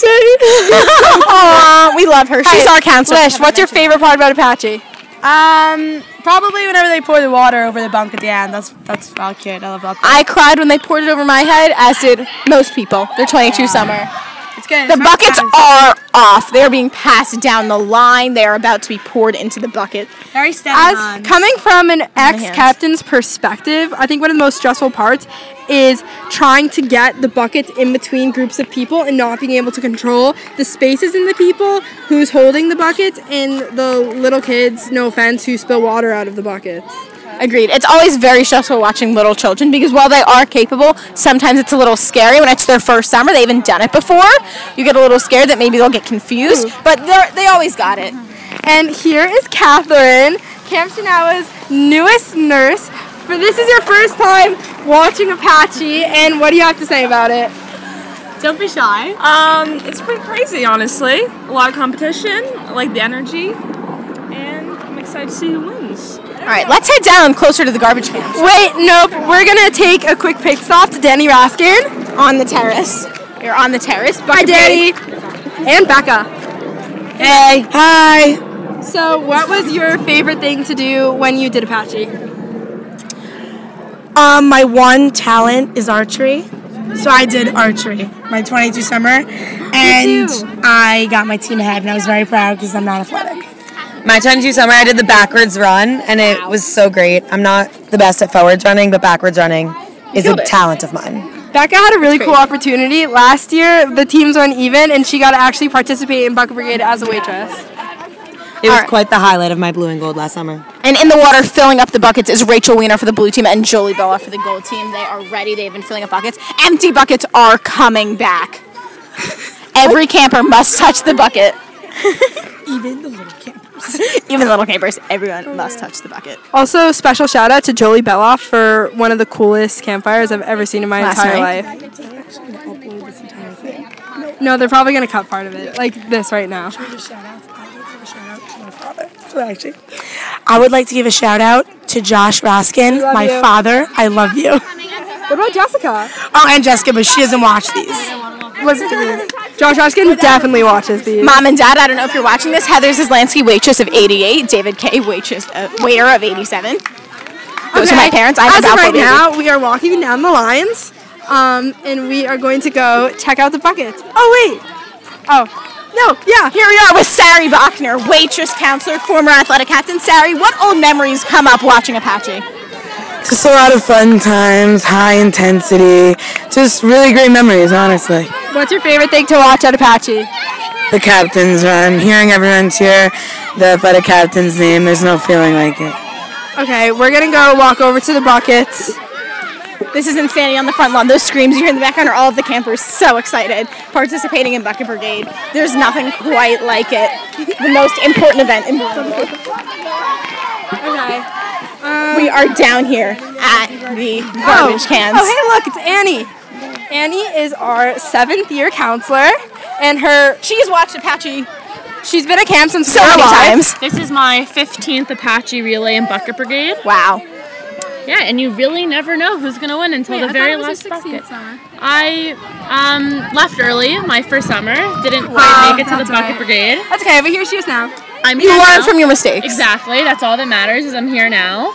S1: [LAUGHS]
S2: Aw, we love her.
S1: She's
S2: Hey,
S1: our counselor. Lish, what's your favorite part about Apache?
S13: Um, probably whenever they pour the water over the bunk at the end. That's that's all cute. I love that.
S2: I cried when they poured it over my head, as did most people. They're 22 summer.
S13: It's good.
S2: The buckets are off. They are being passed down the line. They are about to be poured into the bucket.
S13: very steady.
S1: As coming from an
S2: hands.
S1: ex-captain's perspective, I think one of the most stressful parts is trying to get the buckets in between groups of people and not being able to control the spaces in the people who's holding the buckets and the little kids, no offense, who spill water out of the buckets.
S2: Agreed. It's always very stressful watching little children because while they are capable, sometimes it's a little scary when it's their first summer. They haven't done it before. You get a little scared that maybe they'll get confused,
S1: Hmm.
S2: but they're, they always got it.
S1: And here is Catherine, Camp Shinawa's newest nurse. For this is your first time watching Apache, and what do you have to say about it?
S13: Don't be shy. Um, it's pretty crazy, honestly. A lot of competition. I like the energy, and I'm excited to see who wins.
S2: All right, let's head down closer to the garbage cans
S1: Wait, nope. We're gonna take a quick pit stop to Danny Raskin
S2: on the terrace. We're on the terrace.
S1: Hi, Danny and Becca.
S2: Hey.
S26: Hi.
S1: So, what was your favorite thing to do when you did Apache?
S26: Um, my one talent is archery. So I did archery my 22 summer, and I got my team ahead, and I was very proud because I'm not athletic.
S14: My 22 summer, I did the backwards run, and it was so great. I'm not the best at forwards running, but backwards running is a
S1: killed it.
S14: talent of mine.
S1: Becca had a really cool opportunity last year. The teams were uneven, and she got to actually participate in Bucket Brigade as a waitress.
S14: It was quite the highlight of my blue and gold last summer.
S2: And in the water, filling up the buckets is Rachel Weiner for the blue team and Jolie Boa for the gold team. They are ready. They've been filling up buckets. Empty buckets are coming back. Every camper must touch the
S1: [LAUGHS]
S2: bucket. Even the little campers. Even the little campers. Everyone must touch the bucket.
S1: Also, special shout out to Jolie Beloff for one of the coolest campfires I've ever seen in my
S2: Last
S1: entire
S2: night.
S1: life. No, they're probably gonna cut part of it, like this right now.
S26: Actually, I would like to give a shout out to Josh Raskin, my
S1: you.
S26: father. I love you.
S1: What about Jessica?
S26: Oh, and Jessica, but she doesn't watch these.
S1: Listen to these. Josh Raskin definitely watches these.
S2: Mom and Dad, I don't know if you're watching uh, this. Heather Zislansky, waitress of 88. David K, waitress of, waiter of 87. Those are my parents. I
S1: As
S2: have
S1: of right
S2: alpha
S1: now, we are walking down the lines, um, and we are going to go check out the buckets. Oh wait, oh no, yeah.
S2: Here we are with Sari Bachner, waitress, counselor, former athletic captain. Sari, what old memories come up watching Apache?
S32: Just a lot of fun times, high intensity, just really great memories, honestly.
S1: [LAUGHS] What's your favorite thing to watch at Apache?
S32: The captain's run, hearing everyone cheer the athletic captain's name, there's no feeling like it.
S1: Okay, we're gonna go walk over to the buckets.
S2: This is insanity on the front lawn. Those screams you hear in the background are all of the campers so excited, participating in Bucket Brigade. There's nothing quite like it. The most important event in Brooklyn.
S1: Okay. Um,
S2: we are down here at the garbage
S1: oh.
S2: cans.
S1: Oh, hey, look, it's Annie. Annie is our seventh year counselor, and her
S2: she's watched Apache.
S1: She's been at camp since we
S28: So
S1: were
S28: many
S1: alive.
S28: times. This is my 15th Apache Relay and Bucket Brigade.
S2: Wow.
S28: Yeah, and you really never know who's gonna win until
S3: Wait,
S28: the
S3: I
S28: very
S3: thought it was
S28: last
S3: your 16th
S28: bucket.
S3: summer.
S28: I um, left early my first summer. Didn't
S1: Wow,
S28: quite make it to the
S1: that's
S28: Bucket
S1: alright.
S28: Brigade.
S1: That's okay, but here she is now.
S28: I'm
S1: You
S28: here
S1: learn
S28: now.
S1: from your mistakes.
S28: Exactly. That's all that matters is I'm here now.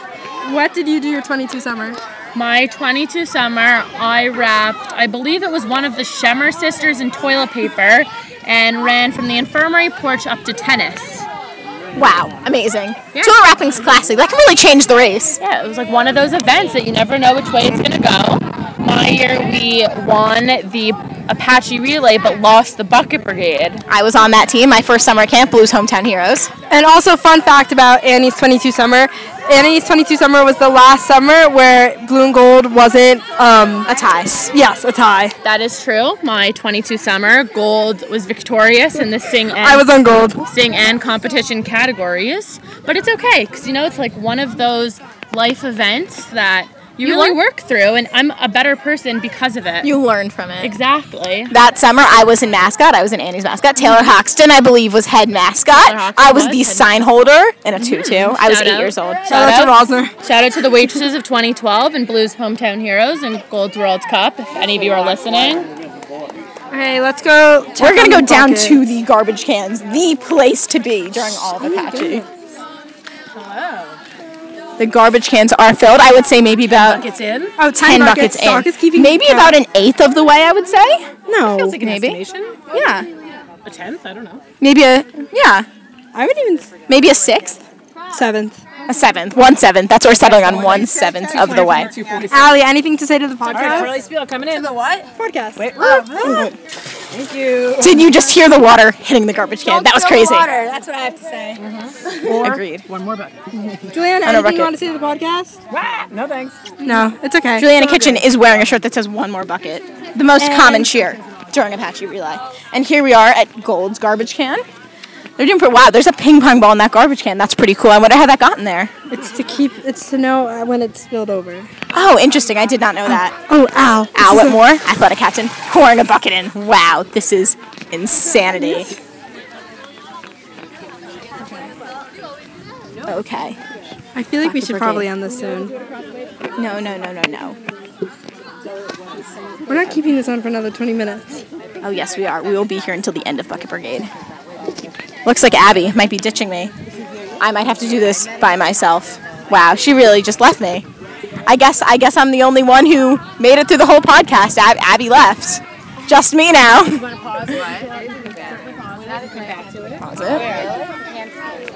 S1: What did you do your 22 summer?
S28: My 22 summer, I wrapped, I believe it was one of the Schemmer sisters in toilet paper and ran from the infirmary porch up to tennis.
S2: Wow, amazing. Tour wrapping's classic. That can really change the race.
S28: Yeah, it was like one of those events that you never know which way it's going to go. My year, we won the Apache Relay but lost the Bucket Brigade.
S2: I was on that team my first summer at camp, Blues Hometown Heroes.
S1: And also, fun fact about Annie's 22 summer Annie's 22 summer was the last summer where blue and gold wasn't um,
S2: a tie.
S1: Yes, a tie.
S28: That is true. My 22 summer, gold was victorious in the sing and
S1: I was on gold.
S28: sing and competition categories. But it's okay because you know it's like one of those life events that you,
S2: You
S28: really
S2: learn-
S28: work through, and I'm a better person because of it.
S2: You learn from it.
S28: exactly.
S2: That summer, I was in mascot. I was in Annie's mascot. Taylor Hoxton, I believe, was head
S28: Mm-hmm. Taylor
S2: mascot.
S28: Hoxton
S2: I was
S28: was
S2: the
S28: head Mm-hmm.
S2: sign holder in a tutu. I was
S28: Shout
S2: eight
S28: out.
S2: years old.
S1: Rosner.
S28: Shout out to the waitresses of 2012 and Blues Hometown Heroes and Gold's World Cup. If any of you are listening,
S1: Okay, let's go. check
S2: We're gonna
S1: on
S2: go
S1: the
S2: down
S1: buckets.
S2: to the garbage cans, the place to be during all of Apache. The garbage cans are filled. I would say maybe about
S28: buckets in.
S1: Oh,
S2: ten buckets, in. maybe about an eighth of the way. I would say. No,
S28: Feels like an
S2: maybe.
S28: estimation.
S2: Yeah.
S28: A tenth? I don't know.
S2: Maybe a yeah. I would even maybe a sixth,
S1: seventh,
S2: a seventh, one seventh. That's what we're settling on one seventh of the way.
S1: Allie, anything to say to the podcast?
S28: Spiel coming in.
S1: the what? Podcast. Wait,
S2: Thank you. Did you just hear the water hitting the garbage can? that was crazy.
S1: That's what I have to say.
S15: Mm-hmm.
S2: Agreed.
S28: One more bucket.
S1: [LAUGHS] Juliana,
S2: On
S1: anything
S2: a
S1: you
S2: bucket.
S1: want to say to the podcast?
S28: No thanks.
S1: No, it's okay.
S2: Juliana
S1: It's all
S2: Kitchen
S1: good.
S2: is wearing a shirt that says one more bucket. The most common
S1: And-
S2: cheer during Apache Relay. And here we are at Gold's garbage can. They're doing pretty wow, there's a ping pong ball in that garbage can. That's pretty cool. I wonder how that got in there.
S1: It's to keep. It's to know uh, when it's spilled over.
S2: Oh, interesting. I did not know that.
S1: Oh, ow.
S2: Al Whitmore, athletic captain, pouring a bucket in. Wow, this is insanity. Okay.
S1: I feel like we
S2: Bucket
S1: should
S2: brigade.
S1: probably end this soon.
S2: No, no, no, no, no.
S1: We're not keeping this on for another 20 minutes.
S2: Oh, yes, we are. We will be here until the end of Bucket Brigade. Looks like Abby might be ditching me. I might have to do this by myself. Wow, she really just left me. I guess I guess I'm the only one who made it through the whole podcast. Ab- Abby left. Just me now. [LAUGHS]
S28: Pause
S15: Oh,
S2: Pause it.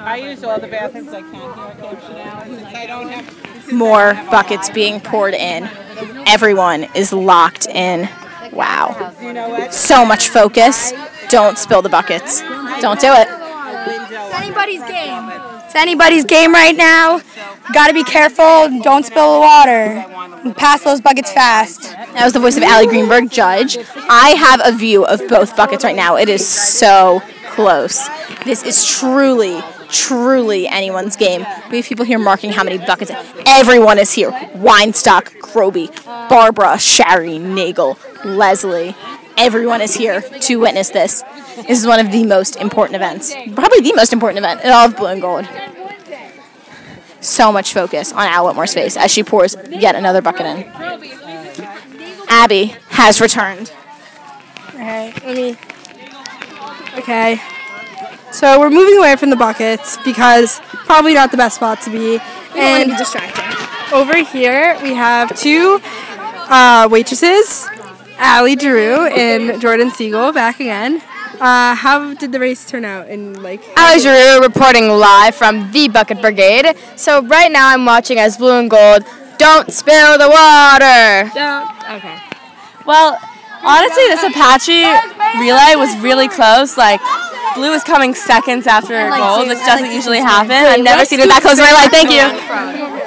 S25: I use all the bathrooms I can here at Camp Chanel, since I don't have.
S2: More buckets being poured in. Everyone is locked in. Wow. So much focus. Don't spill the buckets. Don't do it.
S25: It's
S3: anybody's game.
S10: It's anybody's game right now. Gotta be careful. Don't spill the water. Pass those buckets fast.
S2: That was the voice of Allie Greenberg, judge. I have a view of both buckets right now. It is so close. This is truly, truly anyone's game. We have people here marking how many buckets. Everyone is here. Weinstock, Groby, Barbara, Shari, Nagel, Leslie. Everyone is here to witness this. This is one of the most important events. Probably the most important event in all of Blue and Gold. So much focus on Al Whitmore's face as she pours yet another bucket in. Abby has returned.
S1: Alright, let me. Okay. So we're moving away from the buckets because probably not the best spot to be.
S3: We don't wanna be distracted.
S1: Over here we have two uh, waitresses, Allie Drew and Jordan Siegel back again. Uh, how did the race turn out? And like,
S7: Alex Giroux reporting live from the Bucket Brigade. So right now I'm watching as blue and gold don't spill the water.
S3: Okay.
S7: Well,
S3: honestly, this Apache
S7: relay was really close. Like
S3: Blue is coming seconds after
S7: gold,
S3: which doesn't usually happen.
S7: I've never seen it that close in my life. Thank you.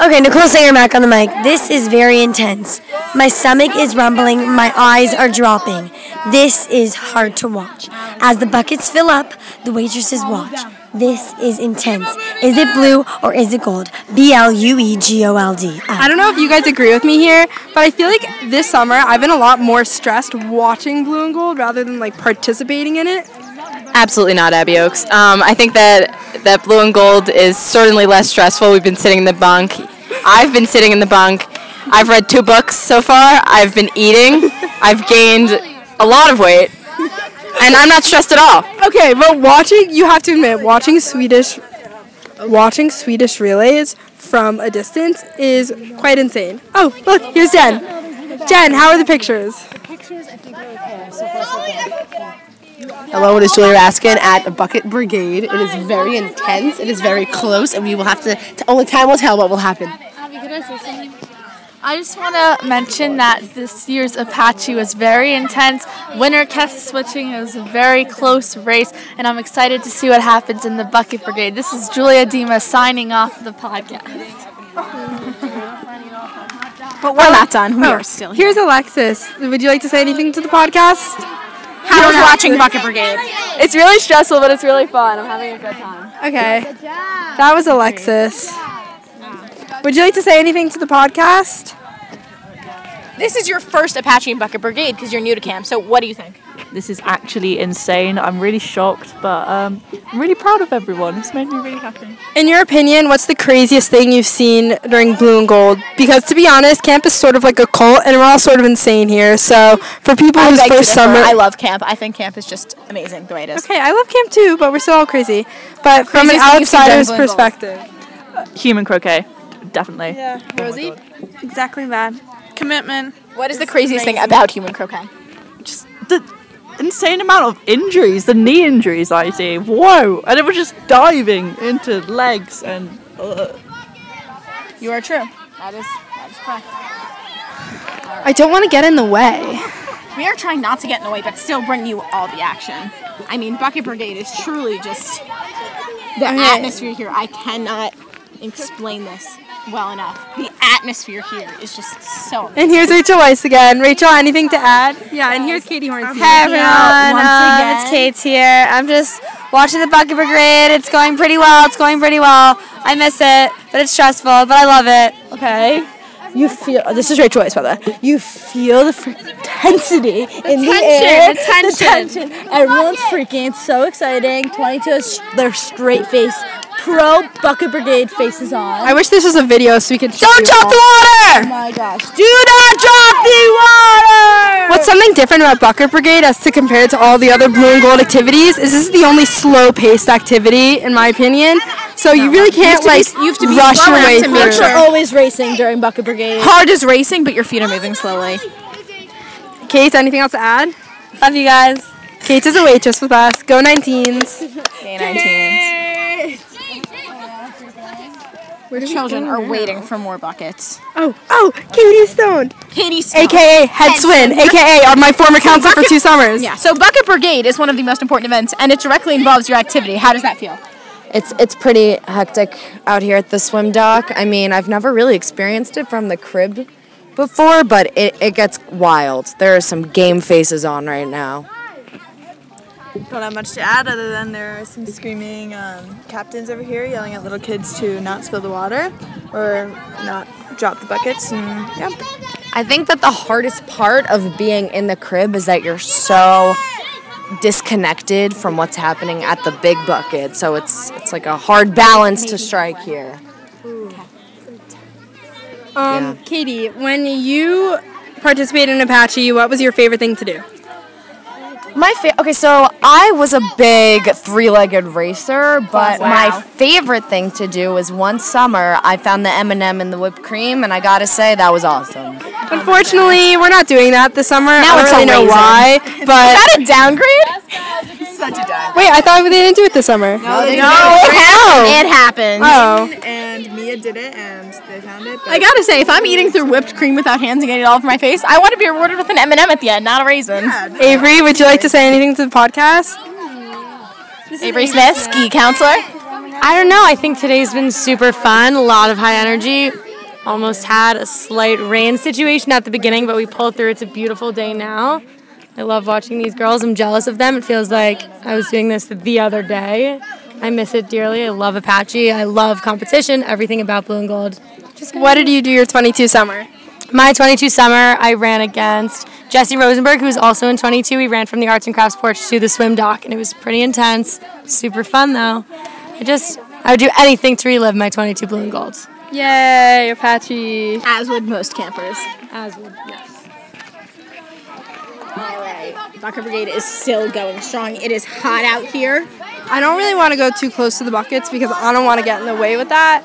S6: Okay, Nicole Singer Mac on the mic. This is very intense. My stomach is rumbling, my eyes are dropping. This is hard to watch. As the buckets fill up, the waitresses watch. This is intense. Is it blue or is it gold? B L U E G O L D.
S1: I don't know if you guys agree with me here, but I feel like this summer I've been a lot more stressed watching Blue and Gold rather than like participating in it.
S12: Absolutely not, Abby Oaks. Um, I think that that blue and gold is certainly less stressful. We've been sitting in the bunk. I've been sitting in the bunk. I've read two books so far. I've been eating. I've gained a lot of weight, and I'm not stressed at all.
S1: Okay, but watching you have to admit watching Swedish watching Swedish relays from a distance is quite insane. Oh, look, here's Jen. Jen, how are the pictures?
S15: Hello, it is Julia Raskin at the Bucket Brigade. It is very intense. It is very close, and we will have to. T- only time will tell what will happen.
S3: Abby, could I say something? I just want to mention that this year's Apache was very intense. Winner kept switching. It was a very close race, and I'm excited to see what happens in the Bucket Brigade. This is Julia Dima signing off the podcast.
S1: But oh,
S2: we're not done. We are still
S1: Here's Alexis. Would you like to say anything to the podcast?
S2: How was watching Bucket Brigade?
S3: It's really stressful, but it's really fun. I'm having a good time.
S1: Okay. That was Alexis. Would you like to say anything to the podcast?
S2: This is your first Apache and Bucket Brigade because you're new to camp. So what do you think?
S33: This is actually insane. I'm really shocked, but um, I'm really proud of everyone. It's made me really happy.
S1: In your opinion, what's the craziest thing you've seen during Blue and Gold? Because to be honest, camp is sort of like a cult, and we're all sort of insane here. So for people
S2: I
S1: whose
S2: beg to
S1: first
S2: differ.
S1: summer,
S2: I love camp. I think camp is just amazing the way it is.
S1: Okay, I love camp too, but we're still all crazy. But from an
S2: Craziest thing you've seen during
S1: outsider's
S2: Blue and Gold.
S1: perspective,
S33: Human croquet, definitely.
S25: Oh
S33: Yeah.
S3: Rosie? Exactly that. Commitment.
S2: What is the craziest thing about human croquet?
S33: The insane amount of injuries, the knee injuries I see. Whoa! And it was just diving into legs and. Uh,
S2: You are true. That is that is correct.
S33: I don't want to get in the way.
S2: We are trying not to get in the way, but still bring you all the action. I mean, Bucket Brigade is truly just the
S3: Okay.
S2: atmosphere here. I cannot explain this well enough. The atmosphere here is just so.
S1: and here's Rachel Weiss again. Rachel, anything to add? Yeah, and here's Katie Hornsey.
S7: Hey
S1: Uh,
S7: everyone, um, it's Kate here. I'm just watching the Bucket Brigade. It's going pretty well. It's going pretty well. I miss it, but it's stressful, but I love it.
S33: Okay. You feel this is Rachel Weiss, by the way. You feel the freaking
S13: Intensity in the
S7: tension,
S13: air.
S7: the tension.
S13: The tension. Everyone's freaking. It's so exciting. 22 is their straight face. Pro Bucket Brigade faces on.
S1: I wish this was a video so we could. show
S13: Don't
S1: you
S13: drop
S1: all.
S13: the water!
S1: Oh
S13: my gosh.
S1: Do not drop the water! What's something different about Bucket Brigade as to compare it to all the other blue and gold activities is this is the only slow paced activity, in my opinion. So you really can't like rush your way through.
S13: Folks are always racing during Bucket Brigade.
S2: Hard is racing, but your feet are moving slowly.
S1: Kate, anything else to add? Love you guys. Kate is a waitress with us. Go 19s.
S2: Day 19s. Children are waiting for more buckets.
S1: Oh, oh, Katie Stone.
S2: Katie Stone.
S1: AKA Head Swin, AKA are my former counselor for two summers.
S2: Yeah. So Bucket Brigade is one of the most important events, and it directly involves your activity. How does that feel?
S29: It's it's pretty hectic out here at the swim dock. I mean, I've never really experienced it from the crib before, but it, it gets wild. There are some game faces on right now.
S30: Don't have much to add other than there are some screaming um, captains over here yelling at little kids to not spill the water or not drop the buckets. And yeah,
S29: I think that the hardest part of being in the crib is that you're so disconnected from what's happening at the big bucket. So it's it's like a hard balance to strike here.
S1: Um, Katie, when you participated in Apache, what was your favorite thing to do?
S29: My fa- okay, so I was a big three-legged racer, but Wow. my favorite thing to do was one summer I found the M&M in the whipped cream, and I gotta say that was awesome.
S1: Unfortunately, we're not doing that this summer.
S29: Now
S1: I don't
S29: it's a
S1: really know
S29: raisin.
S1: why, but
S29: [LAUGHS] Is that a downgrade?
S25: Such a dive.
S1: Wait, I thought they didn't do it this summer.
S25: No,
S1: they
S25: they
S1: did.
S25: No,
S1: [LAUGHS]
S25: didn't. it happened. It happened.
S1: Oh.
S25: And Mia did it, and they found it.
S2: I gotta say, if I'm eating through whipped cream without hands and getting it all over my face, I want to be rewarded with an M&M at the end, not a raisin.
S1: Avery, would you like to say anything to the podcast?
S2: Avery Smith, ski counselor.
S21: I don't know. I think today's been super fun. A lot of high energy. Almost had a slight rain situation at the beginning, but we pulled through. It's a beautiful day now. I love watching these girls. I'm jealous of them. It feels like I was doing this the other day. I miss it dearly. I love Apache. I love competition. Everything about blue and gold. Just
S1: What did you do your 22 summer?
S21: my 22 summer, I ran against Jesse Rosenberg, who's also in 22. We ran from the arts and crafts porch to the swim dock, and it was pretty intense. Super fun, though. I just, I would do anything to relive my 22 blue and golds.
S2: Yay, Apache. As would most campers. As would, yes. All right. Bucker Brigade is still going strong. It is hot out here.
S1: I don't really want to go too close to the buckets because I don't want to get in the way with that.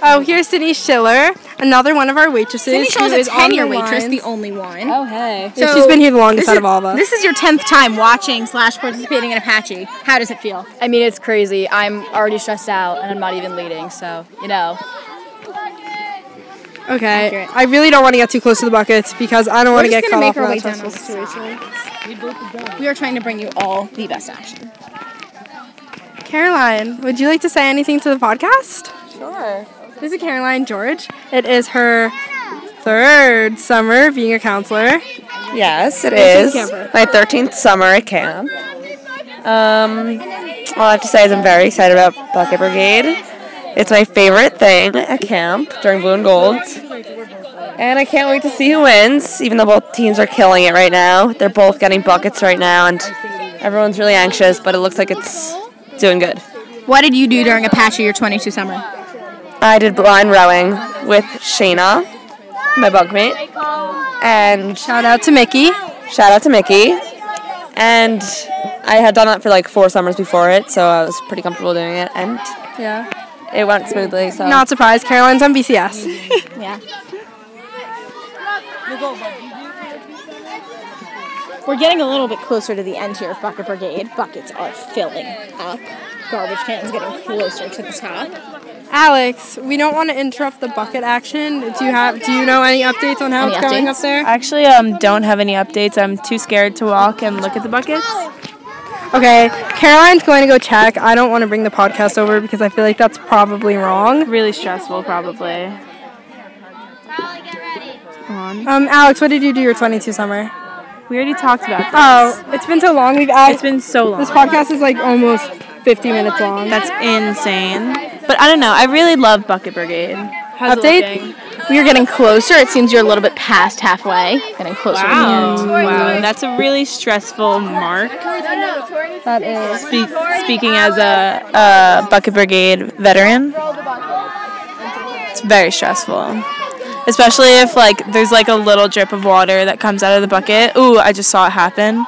S1: Oh, here's Sydney Schiller, another one of our waitresses.
S2: Cindy Shaw
S1: who
S2: is
S1: is
S2: a
S1: on
S2: 10 year
S1: the
S2: waitress,
S1: line.
S2: the only one. Oh, hey.
S1: Yeah, she's been here the longest
S2: this
S1: out
S2: is-
S1: of all of us.
S2: This is your 10th time watching slash participating in Apache. How does it feel?
S27: I mean, it's crazy. I'm already stressed out, and I'm not even leading, so you know.
S1: Okay. I really don't want to get too close to the buckets because I don't want to get caught off in that stressful
S2: We are trying to bring you all the best action.
S1: Caroline, would you like to say anything to the podcast?
S30: Sure.
S1: This is Caroline George. It is her third summer being a counselor.
S34: Yes, it
S1: Thirteenth
S34: is.
S1: camper.
S34: My 13th summer at camp. Um, all I have to say is I'm very excited about Bucket Brigade. It's my favorite thing at camp during Blue and Gold. And I can't wait to see who wins, even though both teams are killing it right now. They're both getting buckets right now, and everyone's really anxious, but it looks like it's doing good.
S2: What did you do during Apache your 22 summer?
S34: I did blind rowing with Shayna, my bunkmate, and shout out to Mickey. Shout out to Mickey. And I had done that for like four summers before it, so I was pretty comfortable doing it, and
S1: Yeah.
S34: it went smoothly. So
S1: Not surprised. Caroline's on
S15: [LAUGHS]
S1: BCS.
S2: yeah. We're getting a little bit closer to the end here of Bucket Brigade. Buckets are filling up. Garbage cans getting closer to the top.
S1: Alex, we don't want to interrupt the bucket action. Do you have do you know any updates on how it's going up there?
S8: Actually, um, don't have any updates. I'm too scared to walk and look at the buckets.
S1: Okay, Caroline's going to go check. I don't want to bring the podcast over because I feel like that's probably wrong.
S8: Really stressful, probably.
S1: Um, Alex, what did you do your 22 summer?
S8: We already talked about
S1: Oh, it's been so long. We've added.
S8: It's been so long.
S1: This podcast is like almost 50 minutes long. That's
S8: insane. But I don't know. I really love Bucket Brigade. How's it looking?
S2: Update? We are getting closer. It seems you're a little bit past halfway. Getting closer
S8: Wow.
S2: to the end.
S8: wow. That's a really stressful mark.
S1: That is.
S8: Spe- speaking as a, a Bucket Brigade veteran, it's very stressful. Especially if like there's like a little drip of water that comes out of the bucket. Ooh, I just saw it happen.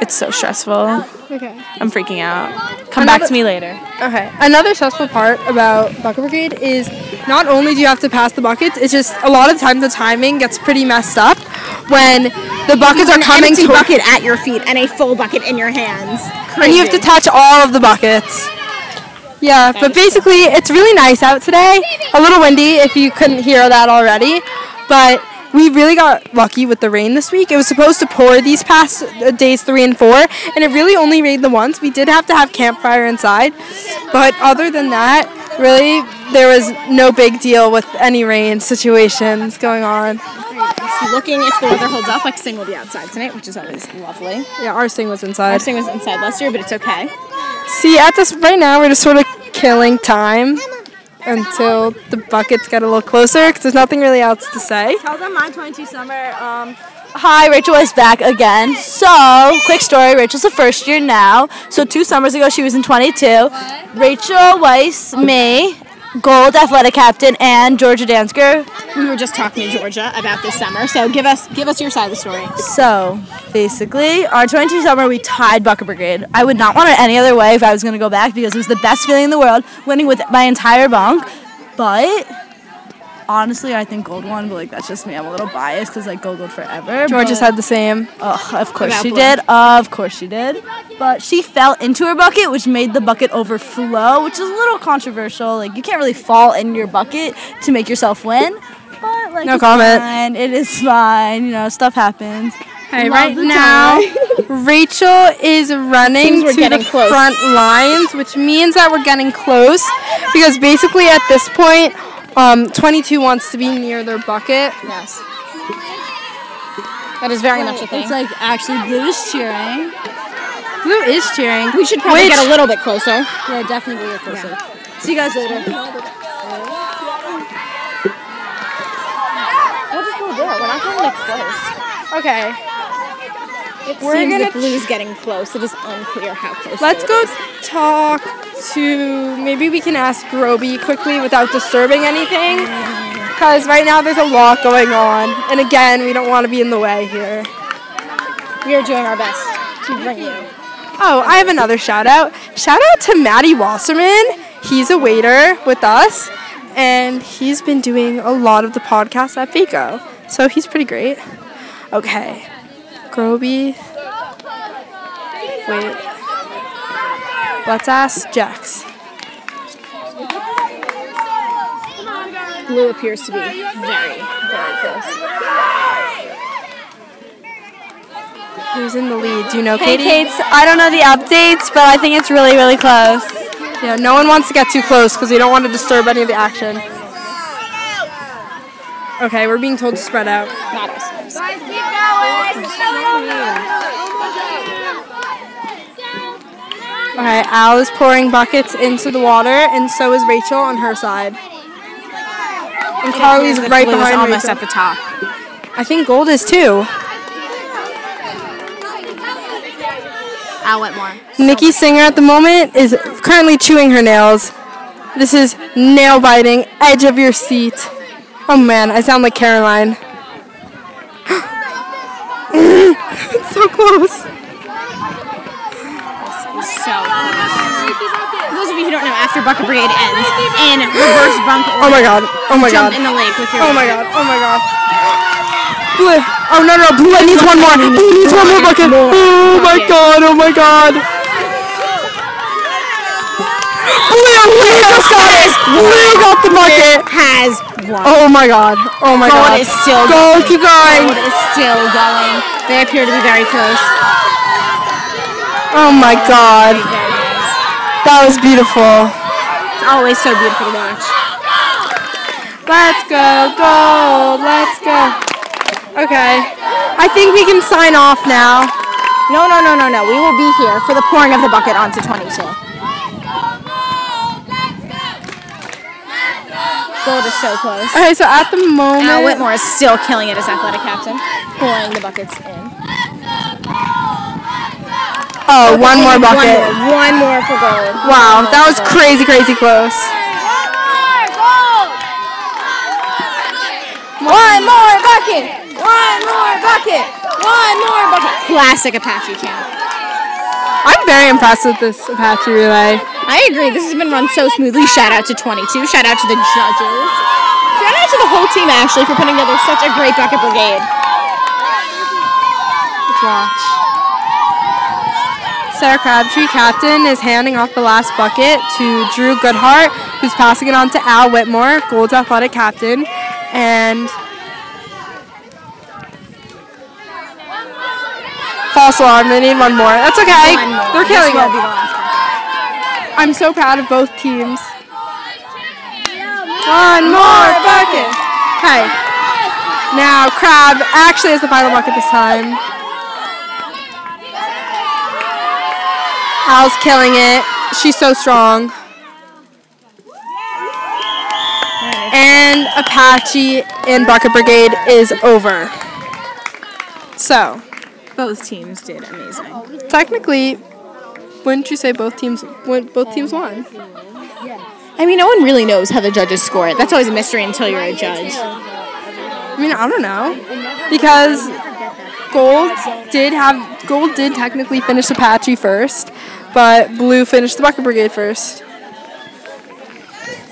S8: It's so stressful.
S1: Okay.
S8: I'm freaking out. Come back
S1: Another-
S8: to me later.
S1: Okay. Another stressful part about Bucket Brigade is not only do you have to pass the buckets, it's just a lot of times the timing gets pretty messed up when the buckets are
S2: An
S1: coming
S2: empty
S1: to
S2: bucket at your feet and a full bucket in your hands.
S1: and you have to touch all of the buckets. Yeah, but basically, it's really nice out today. A little windy, if you couldn't hear that already. But we really got lucky with the rain this week. It was supposed to pour these past uh, days three and four, and it really only rained the once. We did have to have campfire inside, but other than that, really, there was no big deal with any rain situations going on.
S2: Just looking if the weather holds up. Like Sing will be outside tonight, which is always lovely.
S1: Yeah, our Sing was inside.
S2: Our Sing was inside last year, but it's okay.
S1: See, at this right now, we're just sort of killing time until the buckets get a little closer because there's nothing really else to say.
S19: Tell them my 22 summer. Um,
S21: Hi, Rachel is back again. So, quick story Rachel's a first year now. So, two summers ago, she was in 22. Rachel Weiss, me,
S13: gold athletic captain, and Georgia Dansker.
S2: We were just talking to Georgia about this summer, so give us give us your side of the story.
S13: So basically, our 22 summer, we tied Bucket Brigade. I would not want it any other way if I was going to go back because it was the best feeling in the world, winning with my entire bunk. But honestly, I think Gold won, but like that's just me. I'm a little biased because like Gold won forever.
S8: Georgia
S13: but-
S8: said the same.
S13: Oh, of course
S8: About
S13: she
S8: blue.
S13: did. Of course she did. But she fell into her bucket, which made the bucket overflow, which is a little controversial. Like you can't really fall in your bucket to make yourself win. But like
S8: No
S13: it's
S8: comment.
S13: Fine. It is fine. You know, stuff happens.
S8: Hey,
S13: Love
S8: right
S13: the
S8: now,
S13: tie.
S8: [LAUGHS]
S1: Rachel is running
S8: Seems we're
S1: to
S8: getting
S1: the
S8: close.
S1: front lines, which means that we're getting close because basically at this point, um, 22 wants to be near their bucket.
S8: Yes. That is very much a thing.
S13: It's like actually blue is cheering.
S1: Blue is cheering.
S8: We should probably
S1: which-
S8: get a little bit closer.
S13: Yeah, definitely get closer. See you guys later.
S2: We'll just go there. We're not going to close.
S1: Okay.
S2: It
S1: We're
S2: seems
S1: gonna
S2: the blue's getting close. It is unclear how close.
S1: Let's
S2: it
S1: go
S2: is.
S1: talk to maybe we can ask Roby quickly without disturbing anything because right now there's a lot going on, and again, we don't want to be in the way here.
S2: We are doing our best to bring you.
S1: Oh, I have another shout out. Shout out to Maddie Wasserman. He's a waiter with us, and he's been doing a lot of the podcasts at Baco. So he's pretty great. Okay. Groby. Wait. Let's ask Jax.
S2: Blue appears to be very, very close.
S1: Who's in the lead? Do you know
S15: Hey,
S1: Katie?
S15: Kates, I don't know the updates, but I think it's really, really close.
S1: Yeah, no one wants to get too close because we don't want to disturb any of the action. Okay, we're being told to spread out.
S2: Not ourselves.
S1: Alright, Al is pouring buckets into the water, and so is Rachel on her side. And Carly's
S8: The
S1: right
S8: blue is
S1: behind
S8: almost
S1: Rachel.
S8: at the top.
S1: I think Gold is too.
S8: Al Wetmore.
S1: Nikki Singer at the moment is currently chewing her nails. This is nail biting, edge of your seat. Oh man, I sound like Caroline. [GASPS] it's so close.
S2: So close. For those of you who don't know, after Bucket Brigade ends in reverse bunk order.
S1: Oh my god. Oh my
S2: jump
S1: god.
S2: in the lake with your.
S1: Oh my god. Oh my god. Blue. Oh no no, blue needs one more. Blue needs one more bucket. Oh my god. Oh my god. Blue, blue just got it. Blue got the bucket. Has one. Oh my god. Oh my
S2: Gold
S1: god.
S2: is still
S1: Go,
S2: going.
S1: keep going.
S2: Gold is still going. They appear to be very close.
S1: Oh my god. That was beautiful.
S2: It's always so beautiful to watch.
S1: Let's go, gold. Let's go. Okay. I think we can sign off now.
S8: No, no, no, no, no. We will be here for the pouring of the bucket onto 22. Gold is so close.
S1: Okay, so at the moment.
S2: Al Whitmore is still killing it as athletic captain, pouring the buckets in.
S1: Oh, one more bucket.
S2: One more, one more for gold.
S1: Wow, that was crazy, crazy close.
S2: One more bucket. One more bucket. One more bucket. Classic Apache chant.
S1: I'm very impressed with this Apache relay.
S2: I agree. This has been run so smoothly. Shout out to 22. Shout out to the judges. Shout out to the whole team actually for putting together such a great bucket brigade.
S1: Let's watch. Sarah Crabtree, captain, is handing off the last bucket to Drew Goodhart, who's passing it on to Al Whitmore, Gold's athletic captain. And false alarm, they need one more. That's okay.
S2: One more.
S1: They're
S2: This
S1: killing
S2: will be the
S1: it.
S2: last one.
S1: I'm so proud of both teams. One more bucket. Hey. Now Crab actually has the final bucket this time. Al's killing it. She's so strong. And Apache and Bucket Brigade is over. So,
S2: Both teams did amazing.
S1: technically, wouldn't you say both teams won- both teams won?
S2: I mean, no one really knows how the judges score it. That's always a mystery until you're a judge.
S1: I mean, I don't know because gold did have gold did technically finish Apache first, but blue finished the bucket brigade first.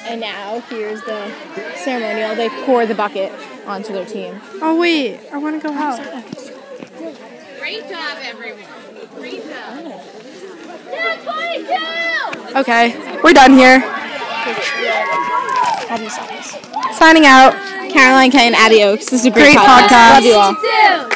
S2: And now here's the ceremonial. They pour the bucket onto their team.
S1: Oh wait, I want to go out.
S28: Great job, everyone. Great job.
S1: Okay, we're done here. Signing out.
S2: Caroline Kay and Abby Oaks. This is a great,
S1: Great podcast.
S2: Love you all.